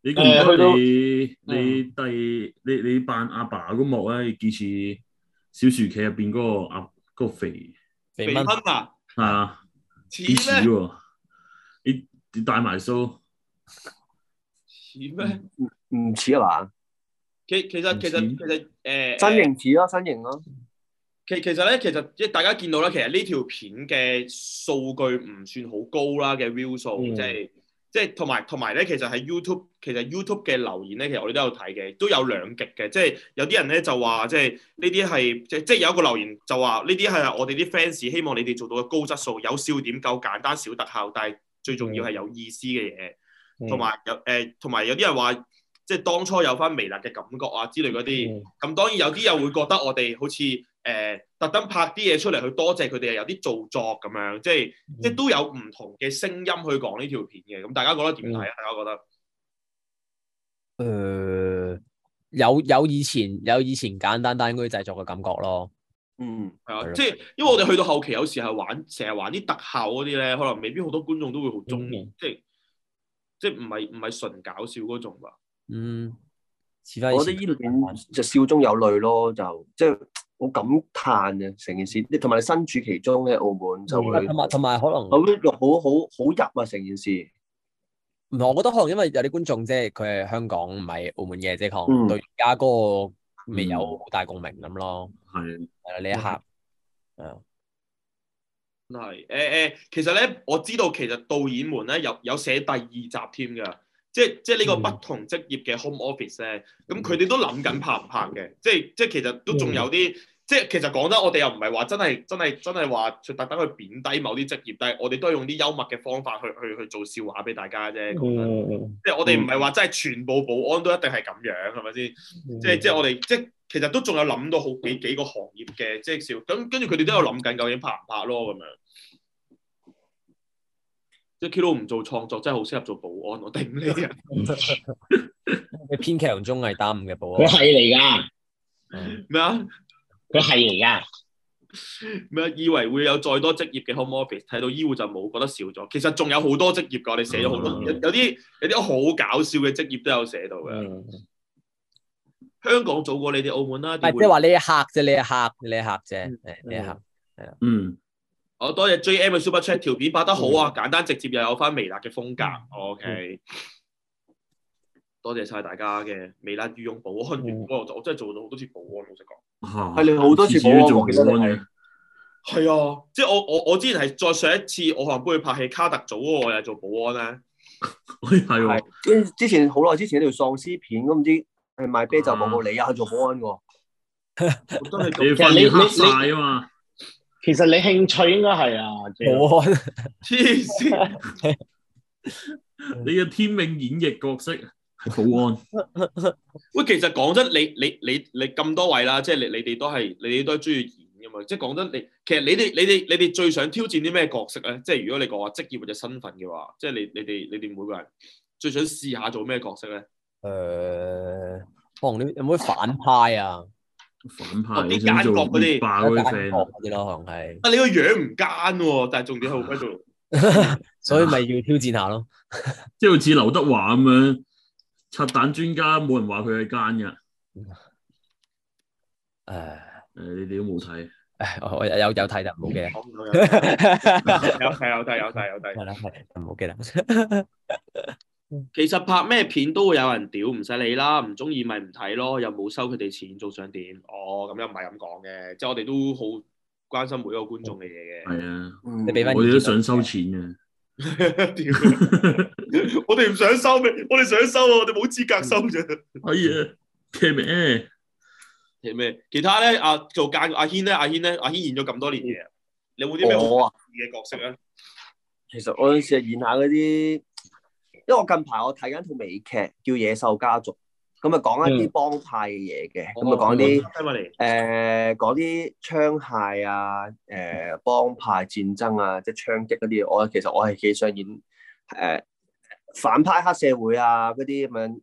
你
Uh,
覺唔覺得你你第你你扮阿爸嗰幕咧，幾似小薯茄入邊嗰個阿嗰個肥
肥
肥
蚊
蚊啊，
啊，
似
幾似
咩？
喎？你你戴埋須，
似咩？
唔似啊嘛，
其其實其實其實呃誒
身形似咯，身形啊咯，
其其實咧，其實即係大家見到啦，其實呢條片嘅數據唔算好高啦嘅 view 數，
嗯
即係即係同埋同埋咧，其實喺 YouTube 其實 YouTube 嘅留言咧，其實我哋都有睇嘅，都有兩極嘅，即係有啲人咧就話即係呢啲係即即係有一個留言就話呢啲係我哋啲 fans 希望你哋做到嘅高質素，有笑點夠簡單，少特效，但係最重要係有意思嘅嘢。
嗯
同埋有誒，同埋有啲人話，即係當初有翻微辣嘅感覺啊之類嗰
嗯
啲。咁當然有啲人會覺得我哋好似誒、呃特登拍啲嘢出嚟去多謝佢哋，有啲做作咁樣，即係即係都有唔同嘅聲音去講呢條片嘅。咁大家覺得點睇啊？大家覺得
诶、呃有有以前有以前簡單單嗰啲製作嘅感覺咯，
嗯，
係啊
係？咯
即係因為我哋去到後期有時係玩，成日玩啲特效嗰啲咧，可能未必好多觀眾都會好中意，即係即係唔係唔係純搞笑嗰種吧？
嗯，似翻以
我
前
覺得依段就笑中有淚咯，就即係好感嘆啊！成件事，你同埋你身處其中咧，澳門就會
同埋同埋可能
好好好好入啊！成件事，
唔係，我覺得可能因為有啲觀眾即係佢係香港唔係澳門嘅，即係可
嗯
能對而家嗰個未有
嗯
好大共鳴咁咯。
係
係啦，呢
嗯
一刻
真係誒誒，其實咧我知道其實導演們咧有有寫第二集添㗎，即係即係
嗯
呢個不同職業嘅 home office 咧，咁佢哋都諗緊拍唔拍嘅，即係即係其實都仲
嗯
有啲，即係其實講得我哋又唔係話真係真係真係話特登去貶低某啲職業，但係我哋都係用啲幽默嘅方法去去去做笑話俾大家啫，講真
嗯
即係我哋唔係話真係全部保安都一定係咁樣，係咪先？
嗯
即係即係我哋即係其實都仲有諗到好幾幾個行業嘅即係笑，咁跟住佢哋都有諗緊究竟拍唔拍咯咁樣。即係 Kilo 唔做創作真係好適合做保安，我頂你
<laughs>
啊！
佢編劇同綜藝擔唔嘅保
<laughs>
佢
安，
係嚟㗎，
咩啊
佢係嚟㗎。
咩啊？以為會有再多職業嘅 home office，睇到醫護就冇，覺得少咗。其實仲有好多職業㗎，我哋寫咗好多，
嗯
有有啲有啲好搞笑嘅職業都有寫到嘅。
嗯
香港早過你哋澳門啦，
唔
點
係
會
即係話呢一刻啫，呢一刻，呢一刻啫，誒呢一刻。
嗯，
好哦多謝 J M 嘅 Super Chat，條片拍得好啊，簡單直接又有翻微辣嘅風格。O K，多謝晒大家嘅微辣御用保安員，
嗯
我我真係做到好多次保安，老實講。
嚇
係你好多次保安
做保
喎其實你
安
係
嘅，
係啊，即係我我我之前係再上一次我可能幫佢拍戲卡特組嗰個，我又係做保安咧。
哎係喎。
跟住之前好耐之前有條喪屍片，咁唔知係賣啤酒廣告，你又啊去做保安喎，
我真係
哎
<laughs>
你要
咁
訓練黑晒啊嘛，
其實你興趣應該係啊，即係
<laughs>
保安
黐線，嗯
你嘅天命演繹角色係保安，
喂，其實講真，你你你你咁多位啦，即係你你哋都係你哋都係中意演噶嘛。即係講真，你其實你哋你哋你哋最想挑戰啲咩角色咧？即係如果你講話職業或者身份嘅話，即係你你哋你哋每個人最想試下做咩角色咧？
誒，可能啲有冇啲反派啊？
反派
哦啲
你想做
奸角嗰
滅
啲
霸
有
嗰啲
啲
啊
friend，
嗰啲咯，可能係，
啊，你個樣唔奸喎，但係重點係好鬼做。嗯
<laughs> 所以咪要挑戰下咯。
即係好似劉德華咁樣拆彈專家，冇人話佢係奸嘅，
誒，
誒你哋都冇睇，
唉我我有有有睇就唔好記啦，
講唔到有有睇啊有睇有睇有睇。
係啦係唔好記啦。 <laughs>
其實拍咩片都會有人屌，唔使理啦，唔中意咪唔睇咯，又冇收佢哋錢，做想點？哦，咁又唔係咁講嘅，即係我哋都好關心每一個觀眾嘅嘢嘅。
係啊，
嗯
你俾翻
我哋都
意見
想收錢嘅，
屌我哋唔想收咩？我哋想收啊！我哋冇資格收啫。
係啊，Kimi，
係嗯咩？其他咧，阿做間阿軒咧，阿軒咧，阿軒演咗咁多年嘢，你有冇啲咩好
我啊。
嘅角色咧？
其實我有時啊係演下嗰啲，因為我近排我睇緊套美劇叫《野獸家族》，咁啊講
嗯
一啲幫派嘅嘢嘅，咁
哦
啊講啲
聽埋嚟。
誒講啲槍械啊，誒、幫派戰爭啊，即係槍擊嗰啲嘢，我其實我係幾想演誒、反派黑社會啊嗰啲咁樣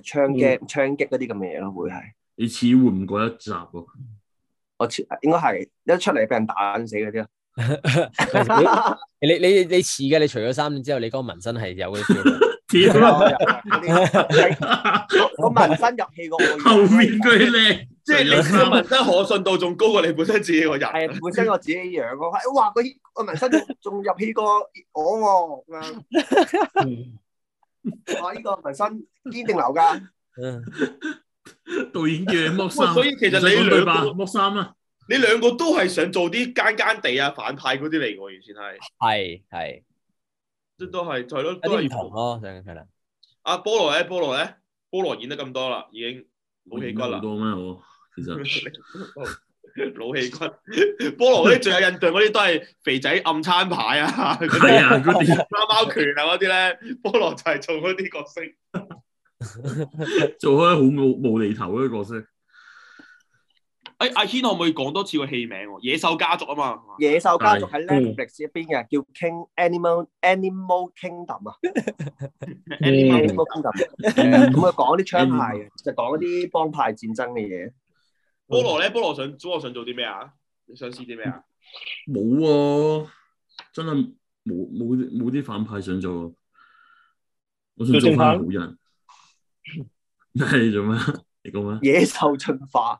誒槍
嗯
擊槍擊嗰啲咁嘅嘢咯，會係
你似乎唔過一集喎，
<laughs>
我切應該係一出嚟俾人打死嗰啲咯。
<laughs>
啊
你你你你似嘅，你除咗三年之後，你嗰個紋身係有嗰啲 feel 嘅。
<laughs>
屌
個紋身入戲個啊我以為
後面佢靚，
即係你個紋身可信度仲高過你本身自己個人。
係啊本身我自己養咯，係哇！佢個紋身仲入起過我喎，咁樣
哦 <laughs>
我呢個紋身堅定流㗎，
<laughs> 嗯
導演叫你剝衫，
所以其實
唔使講
你
對
兩個
白剝衫啊，
你兩個都係想做啲奸奸地啊反派嗰啲嚟喎，完全係，
係係
即係都係係咯，
有
都
啲唔
係
同啊咯，想係啦。
阿菠蘿咧，菠蘿咧，菠蘿演得咁多啦，已經冇
我
氣
演
骨
得
啦 <laughs>
好。多咩我其實。
老氣骨。菠蘿嗰啲最有印象嗰啲都係肥仔暗餐牌啊， <laughs> 嗰啲
係啊嗰啲
貓貓拳啊嗰啲咧，菠蘿就係做嗰啲角色。
做開好冇無厘頭嗰個角色，
诶、哎阿軒可唔可以講多次個戲名喎？野獸家族啊嘛，
野獸家族
嗯
喺 Netflix 一邊嘅，叫 King Animal Animal Kingdom 啊，Animal
嗯
Kingdom 咁
啊
佢講啲槍牌嘅，就講一啲幫派戰爭嘅嘢。
菠蘿咧，菠蘿想菠蘿想做啲咩啊？你想試啲咩啊？ <laughs>
冇啊，真係冇冇冇啲反派想做，我想做翻好人。 <laughs> 咩你做咩？你講咩？ <laughs>
野獸進化，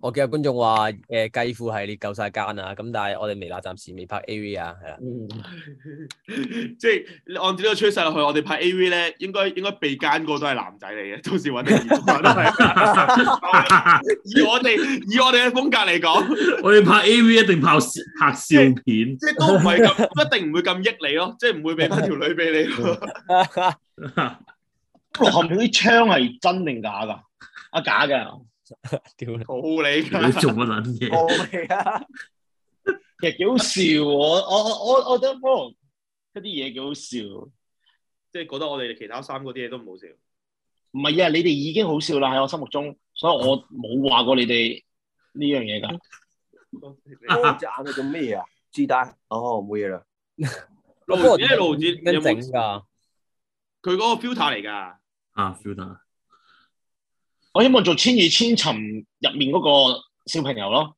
我見有觀眾話诶繼父系列夠晒奸啊，咁但係我哋微辣暫時未拍 A V 啊，係啦，
嗯即係按照呢個趨勢落去，我哋拍 A V 咧，應該應該被奸個都係男仔嚟嘅，到 <laughs> 時揾你啊都 <laughs> 係。以我哋以我哋嘅風格嚟講，
我哋拍 A V 一定拍笑拍笑片， <laughs>
即係都唔係咁，一定唔會咁益你咯，即係唔會俾翻條女俾你咯。
菠蘿後面嗰啲槍係真定假㗎？啊假嘅，
屌你，
好你
你
㗎，
做乜撚嘢？
<laughs> 我嚟啊！
其實幾好
<laughs>
笑喎。我我我我覺得菠蘿嗰啲嘢幾好笑。
即係覺得我哋其他三嗰啲嘢都唔好笑。
唔係啊，你哋已經好笑啦喺我心目中，所以我冇話過你哋呢樣嘢
嗯
㗎。
我隻眼係做咩啊？自帶哦，冇嘢啦。
路
不過
子咧，路子
點
有
樣
冇
整㗎？
佢嗰個 filter 嚟㗎？
啊，feel 得
我希望做《千與千尋》入面嗰個小朋友咯，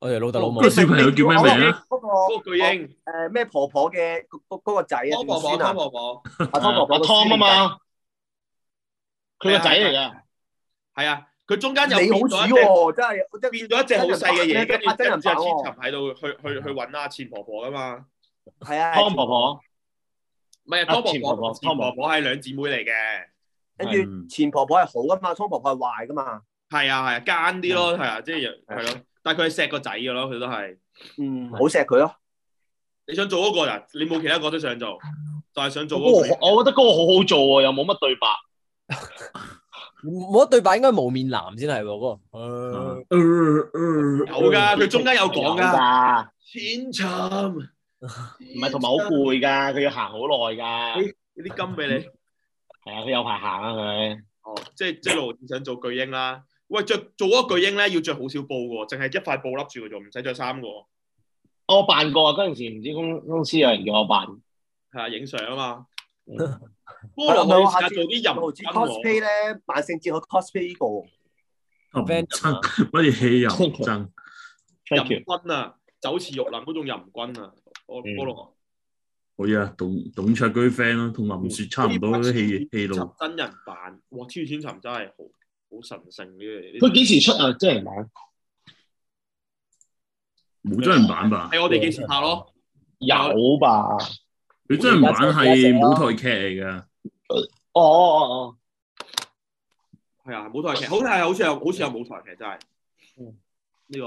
我哋老豆老母
個小朋友叫咩名啊？
哦嗰個
嗰個巨嬰，
誒咩婆婆嘅嗰嗰嗰個仔啊？
湯婆婆，
點算
湯
啊
婆婆，
阿湯婆婆
阿
個孫
湯啊嘛，佢個仔嚟
係啊
㗎。
係啊，佢中間
你
又
好
變
似
咗一隻
喎，真係我真
變咗一隻好細嘅嘢，跟住
真
跟
人
住
版
阿
喎
千尋喺度去去去揾阿錢婆婆噶嘛，
係啊，
湯婆婆，
唔係啊
啊
湯
錢
婆
婆
婆，
婆
錢婆婆係兩姊妹嚟嘅，
跟住
嗯
前婆婆係好噶嘛，湯婆婆係壞噶嘛。
係啊係啊，奸啲咯，係啊，即係係咯，但係佢係錫個仔嘅咯，佢都係。
嗯，好錫佢咯。
你想做嗰個人，你冇其他角色想做，就係想做
我
嗰個。
我覺得嗰個好好做喎，又冇乜對白。
冇得對白應該無面男先係喎嗰
呃
個。
有㗎，啊佢中間有講㗎。
㗎，
千尋，唔
啊唔係同埋好攰㗎，佢要行好耐㗎。
啲金俾你。
係啊，佢有排行啊佢。
哦，即係即係羅志想做巨嬰啦。喂，着做嗰個巨嬰咧，要着好少布嘅喎，淨係一塊布笠住嘅啫，唔使着衫嘅喎。
我扮過啊，嗰陣時唔知公公司有人叫我扮。
係啊，影相啊
<laughs>
嘛。
嗯
不過
咪
我
啊我
試
下
下
次
做啲淫
好似
君喎
cosplay 咧，萬聖節我 cosplay 呢個
冚
Venom
憎
啊，
呃 <laughs> 乜嘢戲又唔憎？
Thank
淫
you。嗯
君啊，走似玉林嗰種淫君啊，我菠蘿
可以啊，董董卓嗰啲 friend 咯，同林雪差唔多
<laughs>
啲戲戲路。
真人版，哇！超千尋真係好好神聖呢樣
佢
嘢。
幾時出啊？真人版
冇真人版吧？
係我哋幾時拍咯？
有吧？
佢真人版係舞台劇嚟㗎，
哦哦哦
係啊，舞台劇，好似係好似有好似有舞台劇真係。
嗯
呢個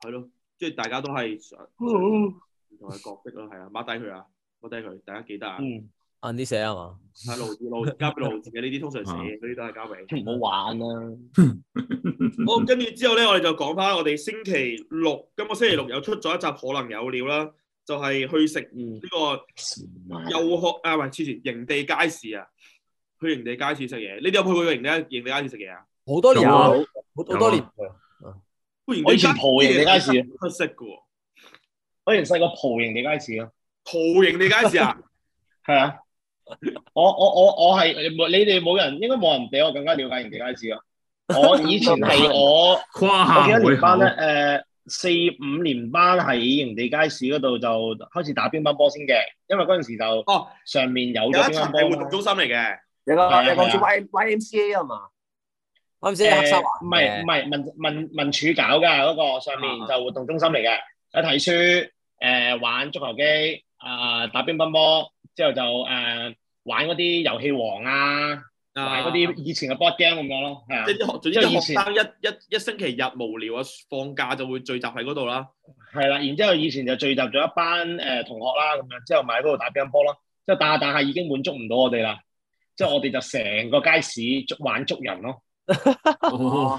係咯，即係大家都係想
哦哦，
唔同嘅角色咯，係啊，抹低佢啊，抹低佢，大家記得啊。
嗯，
晏啲寫係嘛？
係路字路交
<laughs>
俾路字嘅呢啲，通常寫嗰啲都係交俾。
啊唔好玩啦。
好，跟住之後咧，我哋就講翻我哋星期六，今個星期六又出咗一集可能有料啦，就係、去食呢
嗯，
個幼學啊，唔係黐線，營地街市啊，去營地街市食嘢。你哋有冇去過營地營地街市食嘢啊？
好多年
有啊
好好
有啊
多年，
喂營
我
地
以前蒲營地街市，
出色嘅喎，
我以前細個蒲營地街市啊。
蒲營地街市啊，
係啊，我我我我係你哋冇人，應該冇人比我更加了解營地街市啊。我以前係我。
跨
我
下
記得
海
年班咧，
口
誒、四五年班喺營地街市嗰度就開始打乒乓波先嘅，因為嗰陣時就
哦
上面有 <laughs>
有
咗
一
乒
層
乓
係活
波
動
啦。
中心嚟嘅，
有個
係啊
有個好似
係
Y YMCA à 啊嘛，
啱先黑沙
誒
環
唔係唔
嘅
係民民民署搞㗎嗰、個上面就活動中心嚟嘅，有睇書誒、玩足球機啊、打乒乓波之後就誒、玩嗰啲遊戲王啊，玩嗰啲以前嘅 board game 咁樣咯，係啊
即係。啲學，總之
因為
啲
以
學
前
生一一一星期日無聊啊，放假就會聚集喺嗰度啦。 <laughs>
係啦，然之後以前就聚集咗一班誒、呃同學啦，咁樣之後咪喺嗰度打乒乓波咯，之後打下打下已經滿足唔到我哋啦，之後我哋就成個街市捉玩捉人咯，
哦，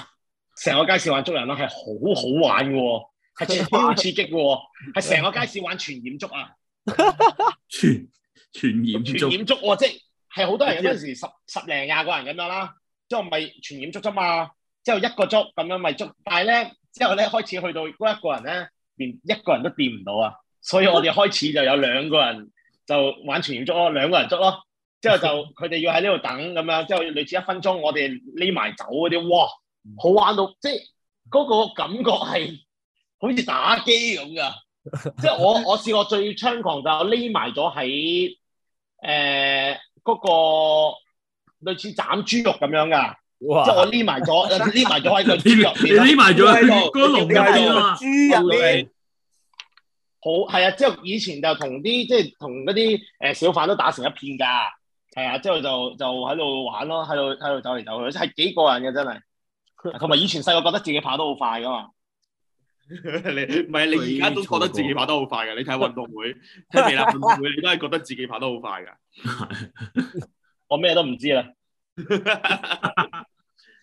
成個街市玩捉人啦，係好好玩嘅喎，係超刺激嘅喎，係成個街市玩傳染捉啊！
傳傳染
傳
足
染足喎，即係係好多人嗰陣時十十零廿個人咁樣啦，之後咪傳染足啫嘛，之後一個足咁樣咪足，但係咧之後咧開始去到嗰一個人咧，連一個人都掂唔到啊，所以我哋開始就有兩個人就玩傳染足咯，兩個人足咯，之
<laughs>
後就佢哋要喺呢度等咁樣，之後類似一分鐘，我哋匿埋走嗰啲，哇，好玩到即係嗰個感覺係好似打機咁噶。 <laughs> 即係我我試過最猖狂就係我匿埋咗喺誒嗰個類似斬豬肉咁樣噶，
哇
即係我匿埋咗匿埋咗喺個豬肉
你
面啦
匿埋咗喺嗰個籠入
你
邊
匿
啊嘛，
豬入面，
好係啊！之後以前就同啲即係同嗰啲誒小販都打成一片㗎，係啊！之後就就喺度玩咯，喺度喺度走嚟走去，係幾過癮嘅真係。同埋以前細個覺得自己跑得好快㗎嘛，
你唔係你而家都覺得自己跑得好快嘅，你睇運動會，睇微辣運動會，你都係覺得自己跑得好快噶。
我咩都唔知啦。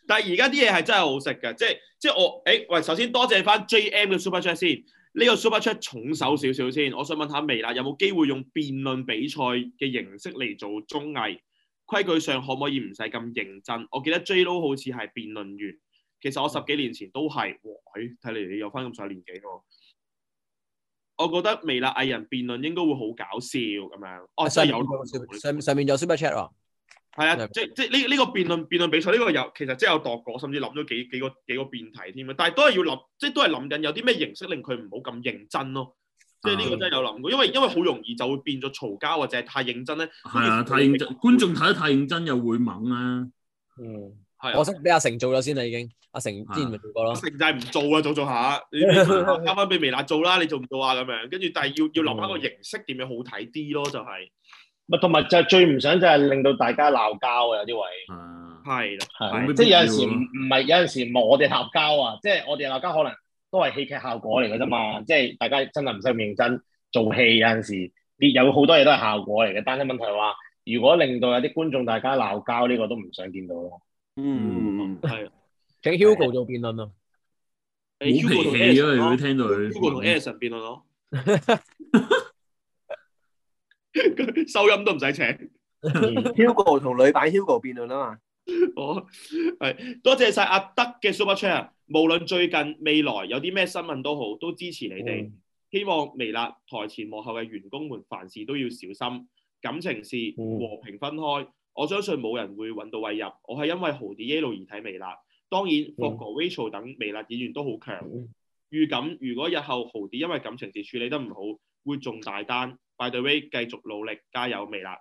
但係而家啲嘢係真係好食嘅，即係即係我誒、喂，首先多謝翻 JM 嘅 Super Chat 先，呢、個 Super Chat 重手少少先，我想問下微辣有冇機會用辯論比賽嘅形式嚟做綜藝？規矩上可唔可以唔使咁認真？我記得 J Lo 好似係辯論員，其實我十幾年前都係，哇！咦睇嚟你有翻咁上下年紀喎。我覺得微辣藝人辯論應該會好搞笑咁樣，哦，真係有
有上上面有 super chat 喎，
係啊，
係
即即呢呢個辯論辯論比賽呢個有其實真係有度過，甚至諗咗幾幾個幾個辯題添啊！但係都係要諗，即都係諗緊有啲咩形式令佢唔好咁認真咯。即呢個真係有諗過，因為因為好容易就會變咗嘈交或者係太認真咧。
係啊，太認真，觀眾睇得太認真又會啊猛啦。
嗯，
係啊
我識俾阿成做咗先啦，已經。阿成之前咪做過
我
咯，
成就係唔做啊，做做下，你你交翻俾微辣做啦，你做唔做啊咁樣？跟住但係要要諗下個形式點樣好睇啲咯，就係
咪同埋就最唔想就係令到大家鬧交啊！有啲位。
啊，
係啦，
係，
冇乜
即係
必
有
要
陣時唔
咯
唔係有陣時冇我哋鬧交啊，即係我哋鬧交可能都係戲劇效果嚟嘅啫嘛，即係大家真係唔使咁認真做戲，有陣時啲有好多嘢都係效果嚟嘅，但係問題話如果令到有啲觀眾大家鬧交呢個都唔想見到
<laughs>
咯。
嗯，
係啊。
請 Hugo 做辯論啊，
你
冇
Hugo
脾
同
氣啊！你
Edison
會
咯
聽到佢
Hugo 同 Edison 辯
<laughs>
論咯， <laughs> 收音都唔使請。
Ừ.
Hugo 同女版 Hugo 辯論啊嘛，
我係 <laughs> 多謝晒阿德嘅 Super Chat，無論最近未來有啲咩新聞都好，都支持你哋。
嗯
希望微辣台前幕後嘅員工們凡事都要小心，感情事
嗯
和平分開。我相信冇人會揾到位入。我係因為豪啲 Yellow 而睇微辣，當然
嗯
Fogo、Rachel 等微辣演員都好強。預感如果日後豪啲因為感情事處理得唔好，會中大單。By the way，繼續努力，加油微辣！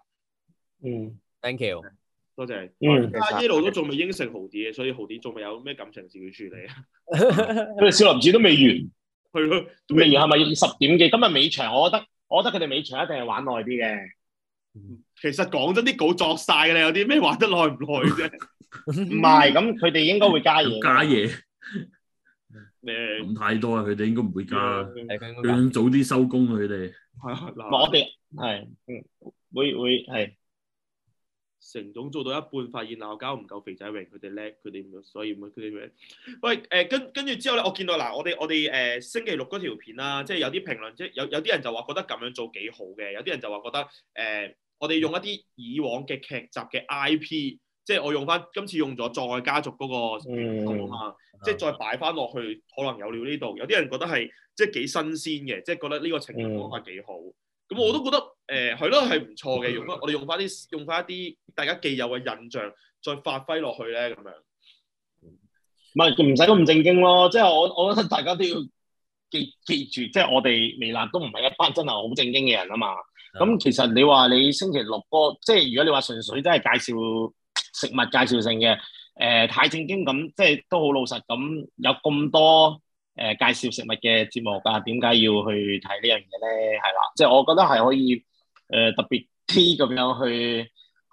嗯
thank you。
多謝你。
嗯，
阿 Yellow 都仲未應承豪啲嘅，所以豪啲仲未有咩感情事要處理啊。 <laughs>
佢哋少林寺都
<laughs>
未完，
係咯，都
未完係咪十點幾？今日尾場，我覺得我覺得佢哋尾場一定係玩耐啲嘅。
其實講真，啲稿作晒㗎啦，有啲咩玩得耐唔耐
<laughs>
啫？
唔係，咁佢哋應該會加嘢。
嗯加嘢
誒，
諗太多啊！佢哋應該唔會加，
啊 <laughs>
係佢應
佢
該
想早啲收工啊佢哋。
係
唔
啊
係我
嗱，
哋係嗯會會係
成總做到一半，發現鬧交唔夠肥仔榮，佢哋叻，佢哋唔所以唔佢哋咩？喂誒，跟跟住之後咧，我見到嗱，我哋我哋誒星期六嗰條片啦，即係有啲評論，即係有有啲人就話覺得咁樣做幾好嘅，有啲人就話覺得誒、我哋用一啲以往嘅劇集嘅 IP，即係我用翻今次用咗《葬愛家族》嗰個
嗯
元素啊嘛。即係再擺翻落去，可能有料呢度，有啲人覺得係即係幾新鮮嘅，即係覺得呢個情
嗯
況方法幾好。咁、我都覺得呃誒係咯，係唔錯
嗯
嘅。用翻我哋用翻啲用翻一啲大家既有嘅印象，再發揮落去咧咁樣。
唔係唔使咁正經咯，即係我我覺得大家都要記記住，即係我哋微辣都唔係一班真係好正經嘅人啊嘛。咁其實你話你星期六個，即係如果你話純粹真係介紹食物介紹性嘅，誒、太正經咁，即係都好老實咁，有咁多誒、介紹食物嘅節目啊，點解要去睇呢樣嘢咧？係啦，即係我覺得係可以誒、特別啲咁樣去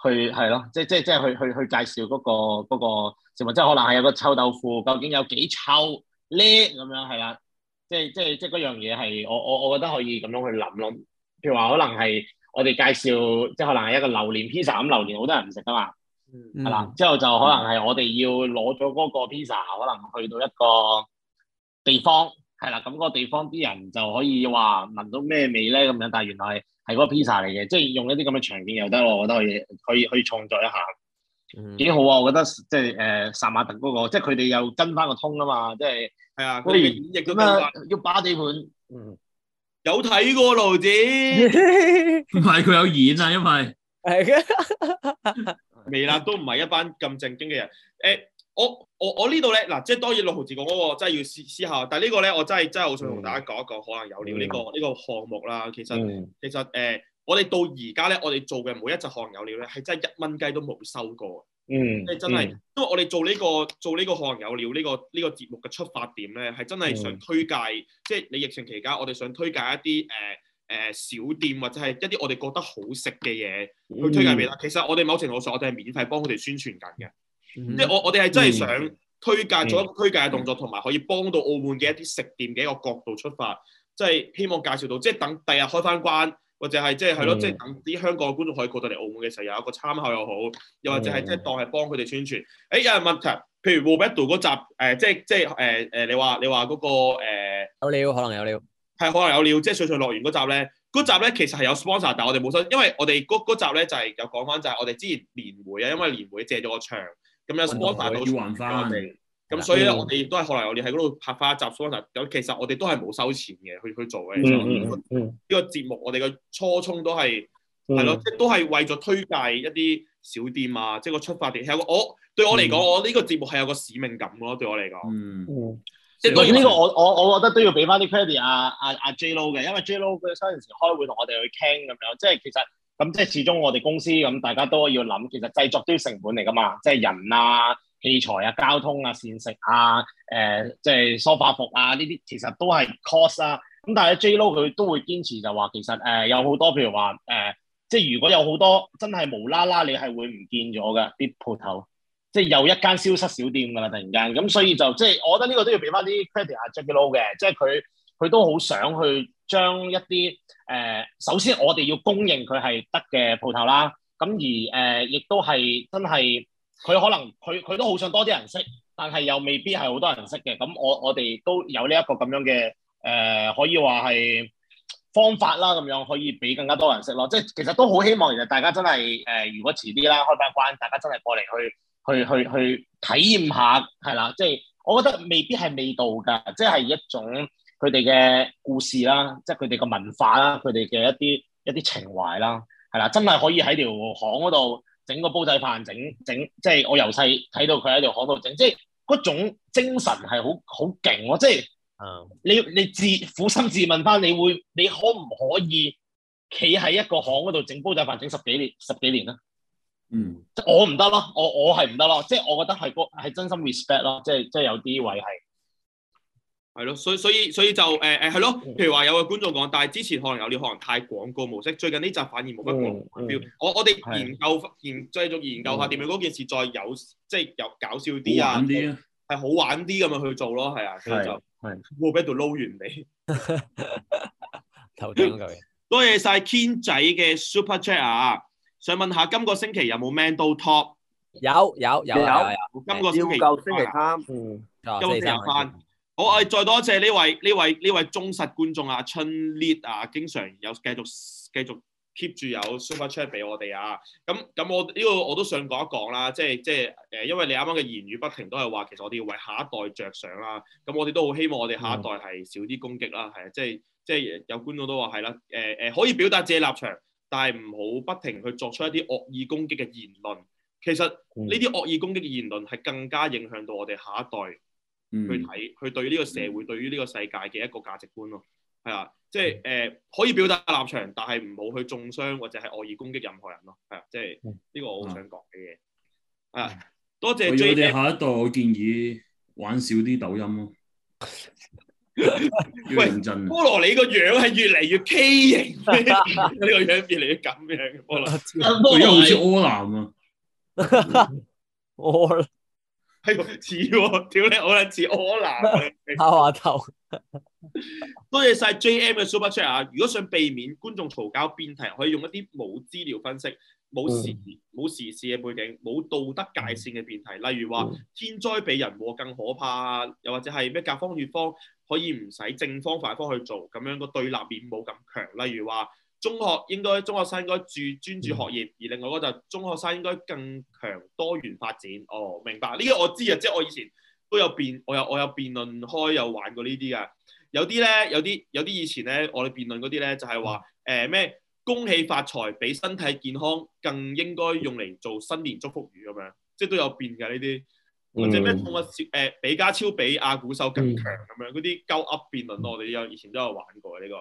去係咯，即係即係即係去去去介紹嗰、個嗰、個食物，即係可能係有個臭豆腐，究竟有幾臭咧？咁樣係啦，即係即係即係嗰樣嘢係我我我覺得可以咁樣去諗咯。譬如話可能係我哋介紹，即係可能係一個榴蓮 pizza 咁，榴蓮好多人唔食噶嘛。係啦，之後就可能係我哋要攞咗嗰個 pizza，可能去到一個地方，係啦，咁、嗰個地方啲人就可以話聞到咩味咧咁樣，但係原來係係嗰個 pizza 嚟嘅，即係用一啲咁嘅場景又得咯，我覺得可以可以去創作一下。幾好啊！我覺得即係誒薩馬特嗰、個，即係佢哋又跟翻個通啊嘛，即係
係啊，佢
喂
哋嘅演繹都
咁啊
夠
要把地盤，
有睇過路子，
唔係佢有演啊，因為
未
嗯
啦，都唔係一班咁正經嘅人。誒、我我我呢度咧，嗱，即係當然六毫字講嗰個真係要思思考，但係呢個咧，我真係真係好想同大家講一講，可能有料呢、個呢、個項目啦。其實、
嗯
其實誒、我哋到而家咧，我哋做嘅每一隻可能有料咧，係真係一蚊雞都冇收過。
嗯，
即係真係，因為我哋做呢、個做呢個可能有料呢、個呢、個節目嘅出發點咧，係真係想
嗯
推介，即係你疫情期間，我哋想推介一啲誒誒小店或者係一啲我哋覺得好食嘅嘢
嗯
去推介俾大家。其實我哋某程度上，我哋係免費幫佢哋宣傳緊嘅，即係我我哋係真係想推介做一個推介嘅動作，同埋可以幫到澳門嘅一啲食店嘅一個角度出發，即係希望介紹到，即係等第日開翻關。或者係即係係咯，
嗯
即係等啲香港嘅觀眾可以過到嚟澳門嘅時候有一個參考又好，又或者係即係當係幫佢哋宣傳。誒、有人問題，譬如 Roberto 嗰集誒、即係即係誒誒，你話你話嗰、個誒係、
有料可能有料，
可能有料，即係水上樂園嗰集咧，嗰集咧其實係有 sponsor，但係我哋冇收，因為我哋嗰嗰集咧就係、有講翻就係我哋之前年會啊，因為年會借咗個場，咁有 sponsor 到
要還
我
翻，
哋。咁所以咧，我哋亦都係可能我哋喺嗰度拍翻一集 sponsor，咁其實我哋都係冇收錢嘅去去做嘅。其實我哋
嗯嗯嗯
呢個節目，我哋嘅初衷都係
嗯，
係咯，即係都係為咗推介一啲小店啊，即係個出發點係有個我對我嚟講，我呢個節目係有個使命感嘅咯，對我嚟講，
嗯，
嗯。
即係當
喂
然
呢個我我我覺得都要俾翻啲 credit 啊啊啊 J Lo 嘅，因為 J Lo 佢嗰陣時開會同我哋去傾咁樣，即係其實咁即係始終我哋公司咁，大家都要諗，其實製作都要成本嚟噶嘛，即係人啊、器材啊、交通啊、膳食啊、誒、即係梳化服啊呢啲，其實都係 cost 啊。咁但係咧 J Lo 佢都會堅持就話，其實誒、呃有好多譬如話誒、呃即係如果有好多真係無啦啦，你係會唔見咗嘅啲鋪頭。即係又一間消失小店㗎啦，突然間咁，所以就即係我覺得呢個都要俾翻啲 credit 阿 Jackie Lou 嘅，即係佢佢都好想去將一啲誒、呃首先我哋要公認佢係得嘅鋪頭啦，咁而誒、呃亦都係真係佢可能佢佢都好想多啲人識，但係又未必係好多人識嘅，咁我我哋都有呢一個咁樣嘅誒、呃可以話係。方法啦，咁樣可以俾更加多人識咯。即係其實都好希望，其實大家真係誒、呃如果遲啲啦開翻關，大家真係過嚟去去去去體驗下，係啦，即係我覺得未必係味道㗎，即係一種佢哋嘅故事啦，即係佢哋嘅文化啦，佢哋嘅一啲一啲情懷啦，係啦，真係可以喺條巷嗰度整個煲仔飯，整整即係我由細睇到佢喺條巷度整，即係嗰種精神係好好勁咯，即係你你自苦心自問翻，你會你可唔可以企喺一個巷嗰度整煲仔飯整十幾年十幾年咧？
嗯，
即係我唔得咯，我我係唔得咯，即係我覺得係個係真心 respect 咯，即係即係有啲位係
係咯，所以所以所以就誒誒係咯，譬如話有個觀眾講，但係之前可能有啲可能太廣告模式，最近呢集反而冇乜廣告
嗯
目標。我我哋
係
研究研繼續研究下點樣嗰件事再有即係有搞笑啲
好
啊
玩，啲啊，
係好玩啲咁樣去做咯，係啊，所以就
係
我俾度撈完你。
頭頂嗰嚿嘢。
多謝晒 Ken 仔嘅 Super Chat 啊！想問下今個星期有冇 Man Do Top？
有有有有有，
Dạ.
今個星期
要夠星期三。
嗯
今日有翻。好，我哋再多謝呢位呢位呢位忠實觀眾啊，春 lead 啊，經常有繼續繼續 keep 住有 super chat 俾我哋啊。咁咁我呢、個我都想講一講啦，即係即係誒，因為你啱啱嘅言語不停都係話，其實我哋要為下一代着想啦。咁我哋都好希望我哋下一代係少啲攻擊啦，係啊，即係即係有觀眾都話係啦，誒、誒、可以表達自己立場，但係唔好不停去作出一啲惡意攻擊嘅言論。其實呢啲惡意攻擊嘅言論係更加影響到我哋下一代。
嗯，
去睇，去對呢個社會、對於呢個世界嘅一個價值觀咯。係啊，即係誒、
嗯
呃可以表達立場，但係唔好去中傷或者係惡意攻擊任何人咯。係啊，即係呢個我好想講嘅嘢。啊，
<laughs>
多
嗯我要
謝
我哋
J，
下一代，我建議玩少啲抖音
<laughs>
咯，要
喂
認真啊。
菠蘿你個樣係越嚟越畸形， <laughs> 呢個樣越嚟越咁樣嘅菠蘿。
佢而家好似柯南啊，
我
係喎哎似喎，屌你好撚似柯南。啊
敲下頭，
多謝晒 J.M 嘅 Super Chat 啊！如果想避免觀眾嘈交辯題，可以用一啲冇資料分析、冇時冇時事嘅背景、冇道德界線嘅辯題，例如話天災比人禍更可怕，又或者係咩甲方乙方可以唔使正方反方去做，咁樣個對立面冇咁強。例如話中學應該中學生應該注專注學業，而另外嗰就係中學生應該更強多元發展。哦，明白呢個我知啊，即係我以前。都有辯，我有我有辯論開，有玩過呢啲噶。有啲咧，有啲有啲以前咧，我哋辯論嗰啲咧就係話
嗯
誒咩恭喜發財，比身體健康更應該用嚟做新年祝福語咁樣，即係都有辯㗎呢啲。或者咩
嗯
痛啊誒比加超比阿古獸更強咁樣嗰啲鳩噏辯
嗯
論，我哋有以前都有玩過呢、個。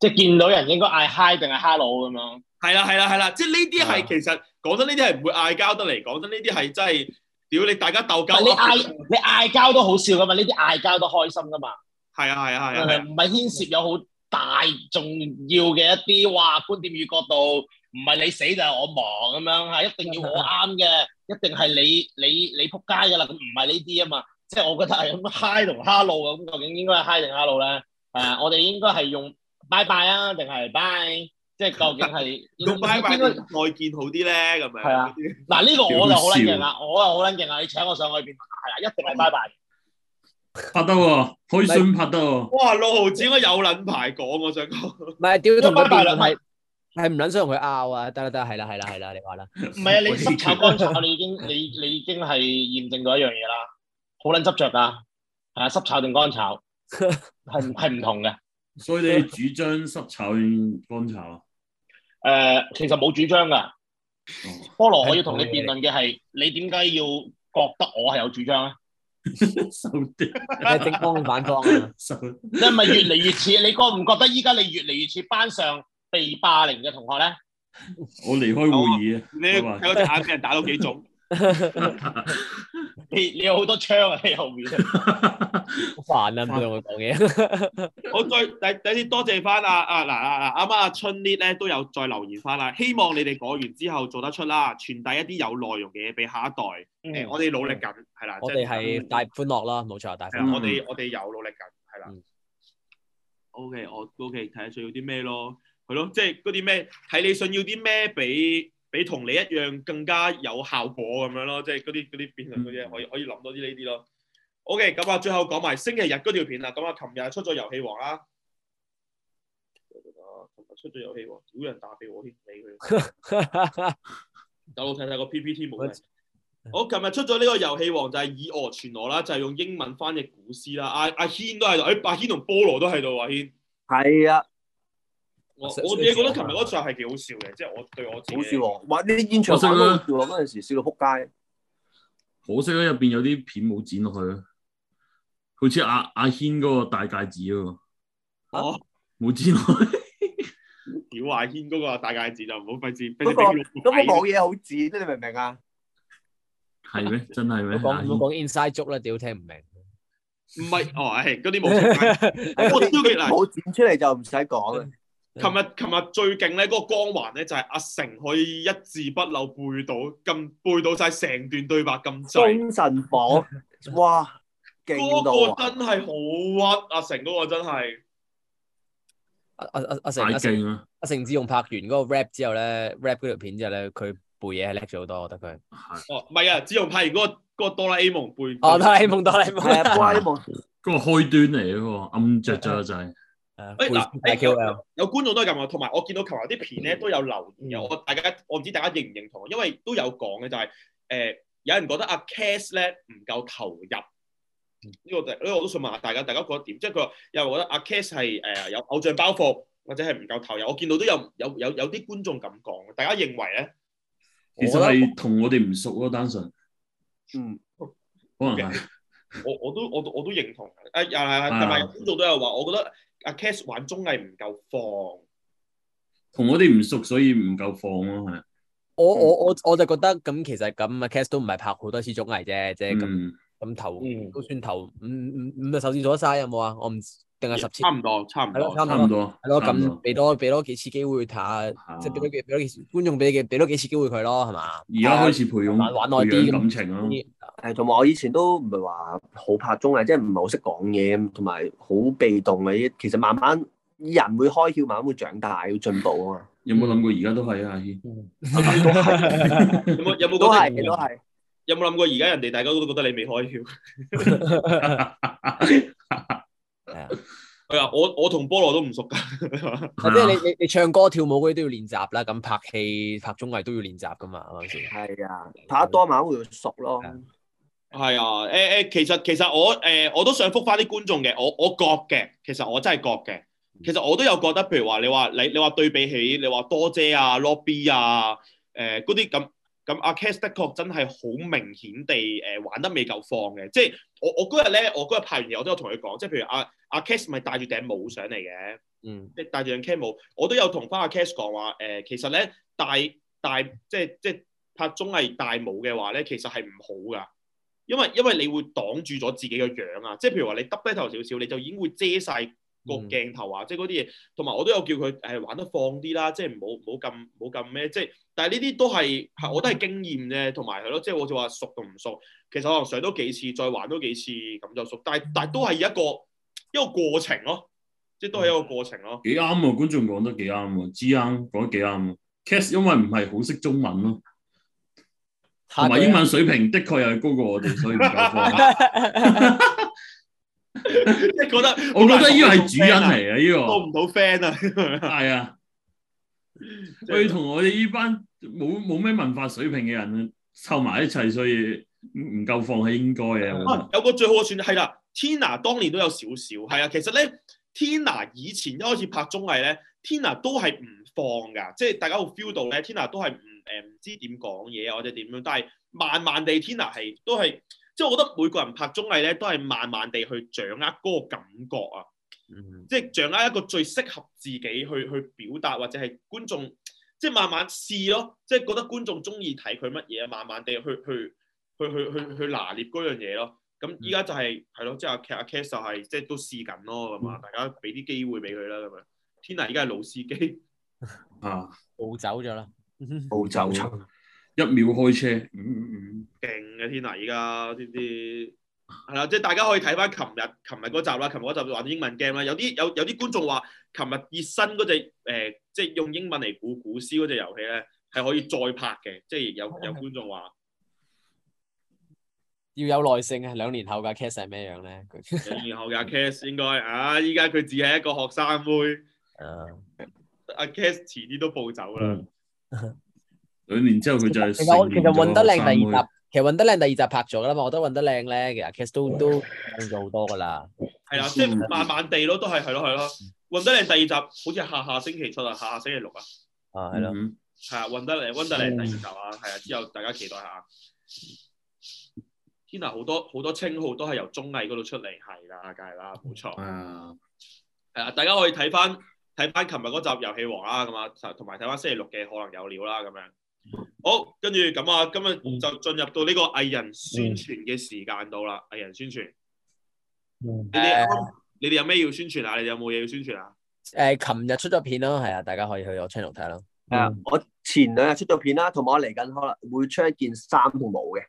即係見到人應該嗌 hi 定係 hello 咁樣。
係啦係啦係啦，即係呢啲
啊
係其實講真，呢啲係唔會嗌交得嚟，講真呢啲係真係屌你大家鬥鳩
但係你
噏。啊
嗌你嗌交都好笑噶嘛，呢啲嗌交都開心噶嘛，
係啊係啊係啊係啊
唔係牽涉有好大重要嘅一啲哇觀點與角度，唔係你死就係我亡咁樣係一定要我啱嘅，一定係你你你撲街噶啦，咁唔係呢啲啊嘛，即係我覺得係咁 hi 同 hello 咁，究竟應該係 hi 定 hello 咧？誒、我哋應該係用 bye bye 啊，定係 bye？即係究竟
<laughs>
係
用拜拜
應該
再見好啲咧咁樣。
係啊嗱呢個我就好撚勁啦，我就好撚勁啊啦，你請我上去辯論係啦，一定
嗯
係 bye bye。
拍得喎，可以信拍得喎。
哇，六毫子我有撚排講，我想講。
唔係屌同佢
拜拜
辯
啦
論係係唔撚想同佢拗啊！得啦得啦，係啦係啦係啦，你話啦，
唔係啊，你濕炒乾炒，你已經你你已經係驗證到一樣嘢啦，好撚執着噶，係啊，濕炒定乾炒係唔係唔同嘅。誒、
所以你主張濕炒定乾炒啊？
<laughs>
其實冇主張噶。菠蘿，我要同你辯論嘅係，你點解要覺得我係有主張咧？啊
收啲，
係正方反方啊！
收啲
你係咪越嚟越似？你覺唔覺得依家你越嚟越似班上被霸凌嘅同學咧？
我離開會議啊！
你睇嗰隻眼俾人打到幾腫？
你你有好多槍啊喺後面。
好煩啊！唔同佢講嘢，
我再第第先多謝翻啊啊嗱嗱嗱，啱啱阿春 l 咧都有再留言翻啦，希望你哋講完之後做得出啦，傳遞一啲有內容嘅嘢俾下一代。誒、
嗯
我哋努力緊，係啦，
我
即
哋係大歡樂啦，冇錯，大
係
歡
啦，
樂。
我哋我哋有努力緊，係啦
嗯。
O K，我 O K 睇下想要啲咩咯，係咯，即係嗰啲咩睇你想要啲咩，比比同你一樣更加有效果咁樣咯，即係嗰啲嗰啲辯論嗰
嗯
啲可以可以諗多啲呢啲咯。O K，咁啊，最後講埋星期日嗰條片啦，咁啊，琴日出咗遊戲王啦。啊琴日出咗遊戲王，屌人打俾我添，理佢。等我睇睇個 PPT 冇咩。我琴日出咗呢個遊戲王就係以訛傳訛啦，就係、用英文翻譯古詩啦。阿阿軒都喺度，誒、阿軒同菠蘿都喺度啊，阿軒。
係啊，
我
所
我自
所以
己覺得
自
琴
我
日嗰場係幾好笑嘅，即係我對我自己。
好笑喎！哇，呢啲現場
我識啦
玩都好笑喎，嗰陣時笑到撲街。
可惜咧，入邊有啲片冇剪落去啊，好似阿阿軒嗰個大戒指喎，
啊
哦，
冇剪落去。
屌阿軒嗰個大戒指就唔好費事，俾
嗰
你
個
俾佢
咁我冇嘢好剪，你明唔明啊？
係咩？真係
<laughs>
咩？
唔好
阿
講唔
軒
好講 inside 足啦，屌聽唔明。
唔係哦，係嗰啲冇錯。
<laughs>
我都幾難。
冇剪出嚟就唔使講啦。
琴日琴日最勁咧，嗰、個光環咧就係、阿成可以一字不漏背到咁背到晒成段對白咁滯。
封神榜，哇，勁
嗰
到
個
啊！
真係好屈，阿成嗰個真係。
阿阿阿阿成
太
阿成
勁啦，
阿成志用拍完嗰個 rap 之後咧，rap 嗰條片之後咧，佢背嘢係叻咗好多，我覺得佢。
係
哦，唔係啊，只用拍完嗰、個嗰個哆啦 A 夢背。
哦，哆啦 A 夢，哆啦 A <laughs>
係
夢，
啊，哆啦 A 夢
嗰個開端嚟嘅喎，暗着咗就係。
誒
喂嗱
啊背 Q L，
有觀眾都係咁啊，同埋我見到琴日啲片咧都有留言嘅，我大家我唔知大家認唔認同，因為都有講嘅就係、誒、有人覺得阿 Cass 咧唔夠投入，呢、個就呢個我都想問下大家，大家覺得點？即係佢話有人覺得阿 Cass 係誒有偶像包袱或者係唔夠投入，我見到都有有有有啲觀眾咁講，大家認為咧？
其實係同我哋唔熟咯，單純
嗯，
可能係
我我都我都我都認同嘅，誒又係同埋有觀眾都有話，我覺得阿 Cass 玩綜藝唔夠放。
同我哋唔熟，所以唔夠放咯，係。
我我我我就覺得咁其實咁啊 Cast 都唔係拍好多次綜藝啫，即係咁
嗯，
咁投
嗯
都算投五五五隻手指左晒有冇啊？我唔定係十次？
差唔多，差唔
係咯，
多，
差
差唔
唔多。
多，
係咯，
差唔
咁
多啊
俾多俾多幾次機會睇下，即係
哦
俾多幾俾多幾次觀眾俾幾俾多幾次機會佢咯，係嘛？
而家開始培養
玩玩耐
培
啲
養
咁
感情咯，
啲
誒，同埋我以前都唔係話好拍綜藝，即係唔係好識講嘢，同埋好被動嘅。其實慢慢人會開竅，慢慢會長大，要進步啊嘛。
有冇諗過而家都係啊？阿
<laughs>
<laughs> 軒
有
<laughs>
冇有冇覺
都係
得
都係，
有冇諗過而家人哋大家都覺得你未開竅？
係啊，
佢話我我同菠蘿都唔熟㗎，
即係你你你唱歌跳舞嗰啲都要練習啦，咁拍戲拍綜藝都要練習噶嘛，係咪先？
係啊，拍得多慢慢會熟咯。
係啊，誒、誒，其實其實我誒、我都想覆翻啲觀眾嘅，我我覺嘅，其實我真係覺嘅，其實我都有覺得，譬如話你話你你話對比起你話多姐啊、Lobby 啊、誒嗰啲咁咁阿 Cast 的確真係好明顯地誒、玩得未夠放嘅，即係我我嗰日咧，我嗰日拍完嘢我都有同佢講，即係譬如阿阿 Cast 咪戴住頂帽上嚟嘅。
嗯，
即係戴住樣 cam 冇，我都有同翻阿 Cash 講話誒、其實咧戴戴即係即係拍綜藝戴帽嘅話咧，其實係唔好噶，因為因為你會擋住咗自己個樣啊，即係譬如話你耷低頭少少，你就已經會遮晒個
嗯
鏡頭啊，即係嗰啲嘢，同埋我都有叫佢誒玩得放啲啦，即係唔好唔好咁唔好咁咩，即係但係呢啲都係係我都係經驗啫，同埋係咯，即係我就話熟同唔熟，其實可能上多幾次，再玩多幾次咁就熟，但係但係都係一個一個過程咯，即係都係一個過程咯。
幾啱啊！觀眾講得幾啱啊，知啱講得幾啱啊。Cast 因為唔係好識中文咯，同埋英文水平的確又係高過我哋，所以唔夠放。
即係覺得，
我覺得呢個係主因嚟嘅，呢
啊做
個
唔到 friend 啊！
係 <laughs> 啊，我要同我哋呢班冇冇咩文化水平嘅人湊埋一齊，所以唔唔夠放係應該嘅。我覺
啊
得
有個最好嘅選擇係啦，Tina 當年都有少少係啊。其實咧，Tina 以前一開始拍綜藝咧，Tina 都係唔放㗎，即係大家會 feel 到咧，Tina 都係唔誒唔知點講嘢啊，或者點樣，但係慢慢地，Tina 係都係即係我覺得每個人拍綜藝咧，都係慢慢地去掌握嗰個感覺啊。
嗯
即係掌握一個最適合自己去去表達，或者係觀眾即係慢慢試咯，即係覺得觀眾中意睇佢乜嘢，慢慢地去去去去去去拿捏嗰樣嘢咯。咁依家就係係咯，即係阿 K 阿 K 就係即係都試緊咯，咁啊，大家俾啲機會俾佢啦，咁樣。天啊，而家係老司機，
啊，
暴走咗啦，
步走出，
一秒開車，嗯嗯
勁嘅天啊！而家知唔知？係啦，即係大家可以睇翻琴日琴日嗰集啦，琴日嗰集玩英文 game 啦。有啲有有啲觀眾話，琴日熱身嗰隻誒，即係用英文嚟估古詩嗰隻遊戲咧，係可以再拍嘅。即係有有觀眾話，
<laughs> 要有耐性啊！兩年後嘅 cast 係咩樣咧？佢
然後嘅阿 Cass 應該啊，依家佢只係一個學生妹，
啊，
阿 Cass 遲啲都暴走啦。
嗯，兩年之後佢就係
其實我其實
成
混
年
得
咗三
靚第
妹
二集，其實混得靚第二集拍咗噶啦嘛，我覺得混得靚咧，其實 cast 都都
啊
靚咗好多噶啦。
係啦，即係慢慢地咯，都係係咯係咯。混得靚第二集好似係下下星期出啊，下下星期六啊。
啊，係咯，
嗯
係啊，混得嚟，温得嚟第二集啊，係啊，之後大家期待下。天啊，好多好多稱號都係由綜藝嗰度出嚟，係啦，梗係啦，冇錯。係
啊，
啊，大家可以睇翻睇翻琴日嗰集《遊戲王》啦，咁啊，同埋睇翻星期六嘅可能有料啦，咁樣。好，跟住咁啊，今日就進入到呢個藝人宣傳嘅時間到啦，藝人宣傳。
嗯
你哋你哋有咩要宣傳啊？你哋有冇嘢要宣傳啊？
誒，琴日出咗片咯，係啊，大家可以去我 channel 睇啦。
係啊，我前兩日出咗片啦，同埋我嚟緊可能會出一件衫同帽嘅，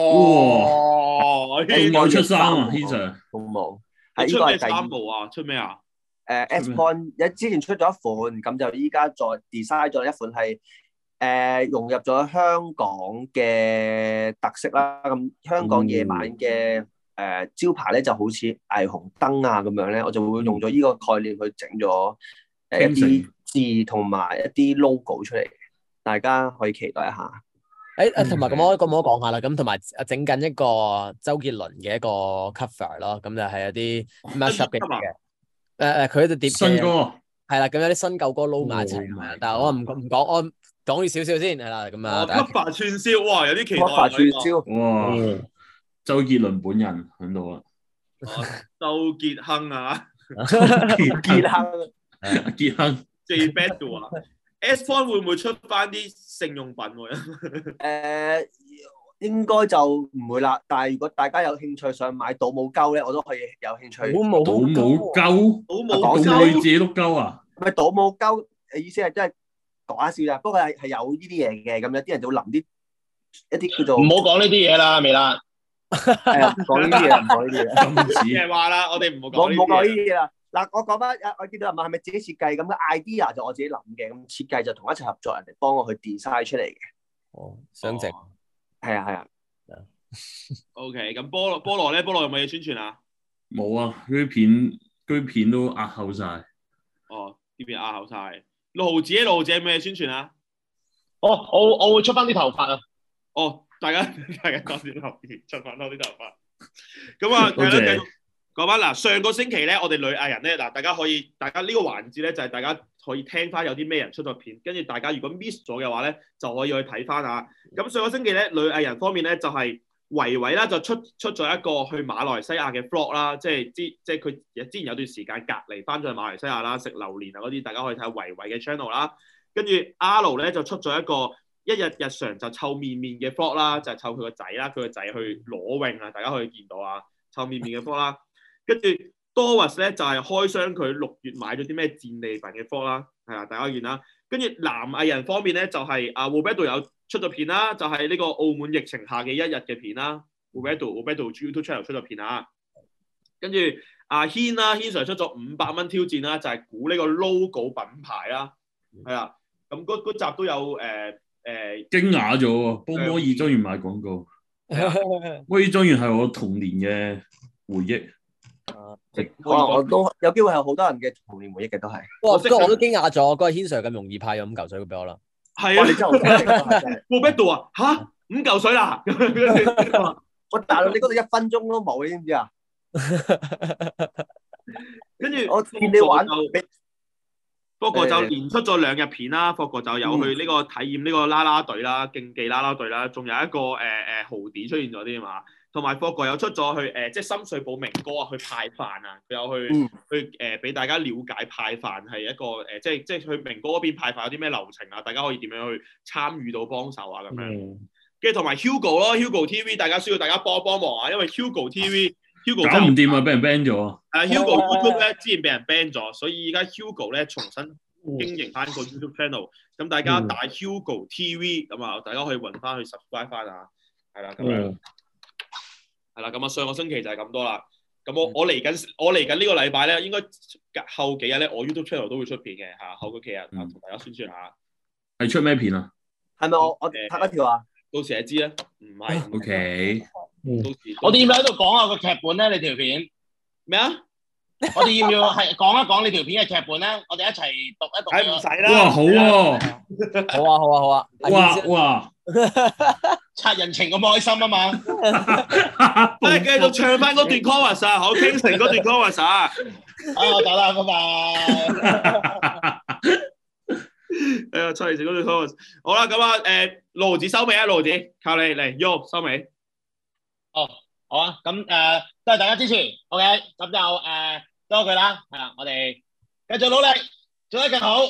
哇！
仲外出衫啊，Peter，
同帽係呢
出
個
咩
係第
三
二
毛啊？出咩啊？
誒呃 S
咩
Point 一之前出咗一款，咁就依家再 design 咗一款係誒、呃融入咗香港嘅特色啦。咁香港夜晚嘅誒、招牌咧就好似霓虹燈啊咁樣咧，我就會用咗呢個概念去整咗誒
傾城
一啲字同埋一啲 logo 出嚟，大家可以期待一下。
誒誒，同埋咁我咁我講下啦，咁同埋啊整緊一個周杰倫嘅一個 cover 咯，咁就係有啲 match up 嘅嘢嘅。誒誒，佢啲碟嘅
新歌。
係啦，咁有啲新舊歌撈埋一齊
Oh my
嘅，但係我唔唔講，我講咗少少先係啦，咁啊，
哦
大家
，cover 串燒，哇，有啲期待。啊
花串燒
哇！周杰倫本人喺度 <laughs> 啊，
周杰亨啊 <laughs>
結
<laughs>
啦， <laughs>
杰亨
，J Battle 啊，S Point 會唔會出翻啲性用品喎？
誒呃應該就唔會啦。但係如果大家有興趣想買盜墓鳩咧，我都可以有
<laughs>
興趣。
冇啊冇
盜墓鳩，
好
啊講
冇
真
盜你
鳩
自己碌鳩啊！
唔係盜墓鳩，意思係真係講下笑咋。不過係係有呢啲嘢嘅，咁有啲人就會諗啲一啲叫做
唔好講呢啲嘢啦，未啦。
係啊講呢啲嘢，唔講呢啲嘢。
禁止
嘅話啦，我 <laughs> 哋唔好講
我冇
呢
講
啲
呢
嘢。
啲嘢啦。嗱，我講翻，我見到人問係咪自己設計咁嘅 idea 就我自己諗嘅，咁設計就同我一齊合作人哋幫我去 design 出嚟嘅。
哦，想直
係啊係啊，
O K，咁菠蘿菠蘿咧，菠蘿有冇嘢宣傳啊？
冇啊！嗰啲片，嗰啲片都壓後晒。
哦，呢邊拗晒。六毫子，六毫子有咩宣傳啊？
哦，我我會出翻啲頭髮啊。
哦，大家 <laughs> 大家多啲留意，出翻多啲頭髮。咁啊，
多謝
係啦，繼續講翻嗱，上個星期咧，我哋女藝人咧，嗱，大家可以，大家呢個環節咧，就係大家可以聽翻有啲咩人出咗片，跟住大家如果 miss 咗嘅話咧，就可以去睇翻啊。咁上個星期咧，女藝人方面咧，就係、維維啦，就出出咗一個去馬來西亞嘅 vlog 啦，即係之即係佢之前有段時間隔離翻咗去馬來西亞啦，食榴蓮啊嗰啲，大家可以睇下維維嘅 channel 啦。跟住阿 Lu 咧就出咗一個一日日常就湊面面嘅 vlog 啦，就係湊佢個仔啦，佢個仔去裸泳啊，大家可以見到啊，湊面面嘅 vlog 啦。跟住 Doris 咧就係、開箱佢六月買咗啲咩戰利品嘅 vlog 啦，係啦，大家可以見啦。跟住男藝人方面咧就係、啊 Roberto 有出咗片啦，就係、呢個澳門疫情下嘅一日嘅片啦。Roberto Roberto YouTube channel 出咗片啊，跟住阿軒啦，軒 Sir 出咗五百蚊挑戰啦，就係、估呢個 logo 品牌啦，係啦。咁嗰嗰集都有誒誒、呃
驚訝咗喎！幫摩爾莊園賣廣告，摩爾莊園係我童年嘅回憶。
可能我都有機會係好多人嘅童年回憶嘅都係。
哇！
我識
<laughs> 不過
佢
我都驚訝咗，嗰日軒 Sir 咁容易派咗五嚿水俾我啦。 <laughs>
係
哇！你
啊
真係好犀利喎真係
，Roberto 啊吓五嚿水啦，
我大佬你嗰度一分鐘都冇，你知唔知啊？
跟住
<laughs> 我見你
<laughs>
玩
就不過就連出咗兩日片啦，霍國就有
嗯
去呢個體驗呢個啦啦隊啦、競技啦啦隊啦，仲有一個誒誒、豪啲出現咗啲嘛，同埋霍國有出咗去誒、即係深水埗明哥啊，去派飯啊，佢有去、
嗯
去誒俾、大家了解派飯係一個誒、即係即係去明哥嗰邊派飯有啲咩流程啊，大家可以點樣去參與到幫手啊咁樣。
嗯，
跟住同埋 Hugo 咯，Hugo TV 大家需要大家幫幫忙啊，因為 Hugo TV Hugo
搞唔
真係
掂啊！俾人 ban 咗啊！
誒 Hugo YouTube
哦
咧之前俾人 ban 咗，所以而家 Hugo 咧重新
嗯
經營翻個 YouTube channel，咁大家打 Hugo TV 咁啊，大家可以揾翻去 subscribe 翻啊，係啦咁
嗯
樣，係啦咁啊，上個星期就係咁多啦。咁
嗯
我我嚟緊我嚟緊呢個禮拜咧，應該後幾日咧，我 YouTube channel 都會出片嘅嚇，後嗰幾日啊
嗯
同大家宣傳下，
係出咩片啊
係咪我我
誒
拍一條啊？
到時就知啦。唔係唔係
啊？OK，
到時
<laughs> 我哋要唔要喺度講下個劇本咧？你條
<laughs>
片，
咩啊？
我哋要唔要係講一講你條片嘅劇本咧？我哋一齊讀一讀。
唉唔使啦，
哇好啊
啊
喎！
好啊，好啊，好啊！阿軒
哇
先
哇！
拆人情咁開心啊
<laughs>
嘛！
唉，繼續唱翻嗰段 chorus
<laughs>
啊，好 Kingston 嗰段 chorus 啊。
啊，我走啦，拜拜。
哎呀，出嚟食嗰啲 Thomas。好啦，咁啊，誒，路子收尾啊，路子，靠你嚟，Yo 收尾。
好啊，咁誒、呃多謝大家支持，OK，咁就誒、呃多謝佢啦，係啊啦，我哋繼續努力，做得更好，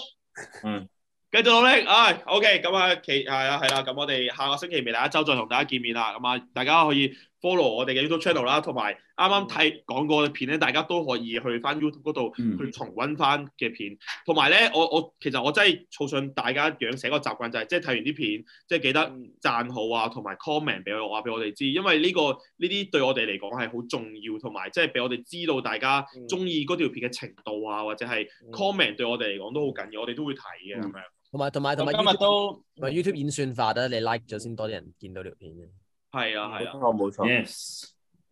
繼續努力，唉、o k 咁啊，其係啊，係啦，咁我哋下個星期未來一周再同大家見面啦，咁啊，大家可以 follow 我哋嘅 YouTube channel 啦，同埋啱啱睇講過嘅片咧，大家都可以去翻 YouTube 嗰度
嗯
去重温翻嘅片，同埋咧，我我其實我真係儲上大家養成一個習慣，就係即係睇完啲片，即係記得讚好啊，同埋 comment 俾我話俾我哋知，因為呢、個呢啲對我哋嚟講係好重要，同埋即係俾我哋知道大家
嗯
中意嗰條片嘅程度啊，或者係 comment 對我哋嚟講都好緊要，我哋都會睇嘅咁樣。
同埋同埋同埋
咁今日
YouTube
都
同埋 YouTube 演算法啊咧，你 like 咗先多啲人見到條片嘅。
係啊，係啊。
我冇錯。
Yes，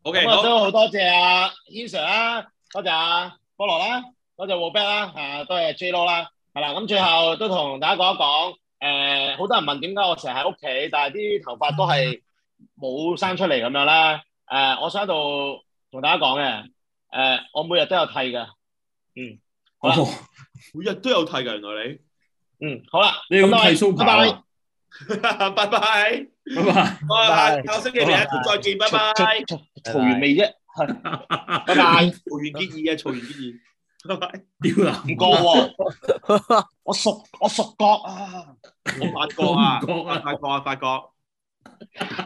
OK，
咁啊
好，
都好多謝啊 e s i r 啦，多謝啊菠蘿啦，多謝 w o b e t 啦，啊多謝 J Lo 啦，係啦，咁最後都同大家講一講，誒、好多人問點解我成日喺屋企，但係啲頭髮都係冇生出嚟咁樣啦，誒、我想喺度同大家講嘅，誒、我每日都有剃㗎，好啦
哦
每日都有睇㗎，原來你。 <laughs>
嗯，好啦，
你要
咁多位
剃鬚
拜拜。
刨啊！
拜
拜
拜，
拜。
我哋下下個星期日一再見，拜拜。
嘈完未啫？
<laughs>
拜拜，
曹完結義嘅，曹完結義，拜拜。
屌啊啦，
唔覺喎，我熟我熟覺啊！
我發覺啊，
我唔覺啊
發覺啊，發覺。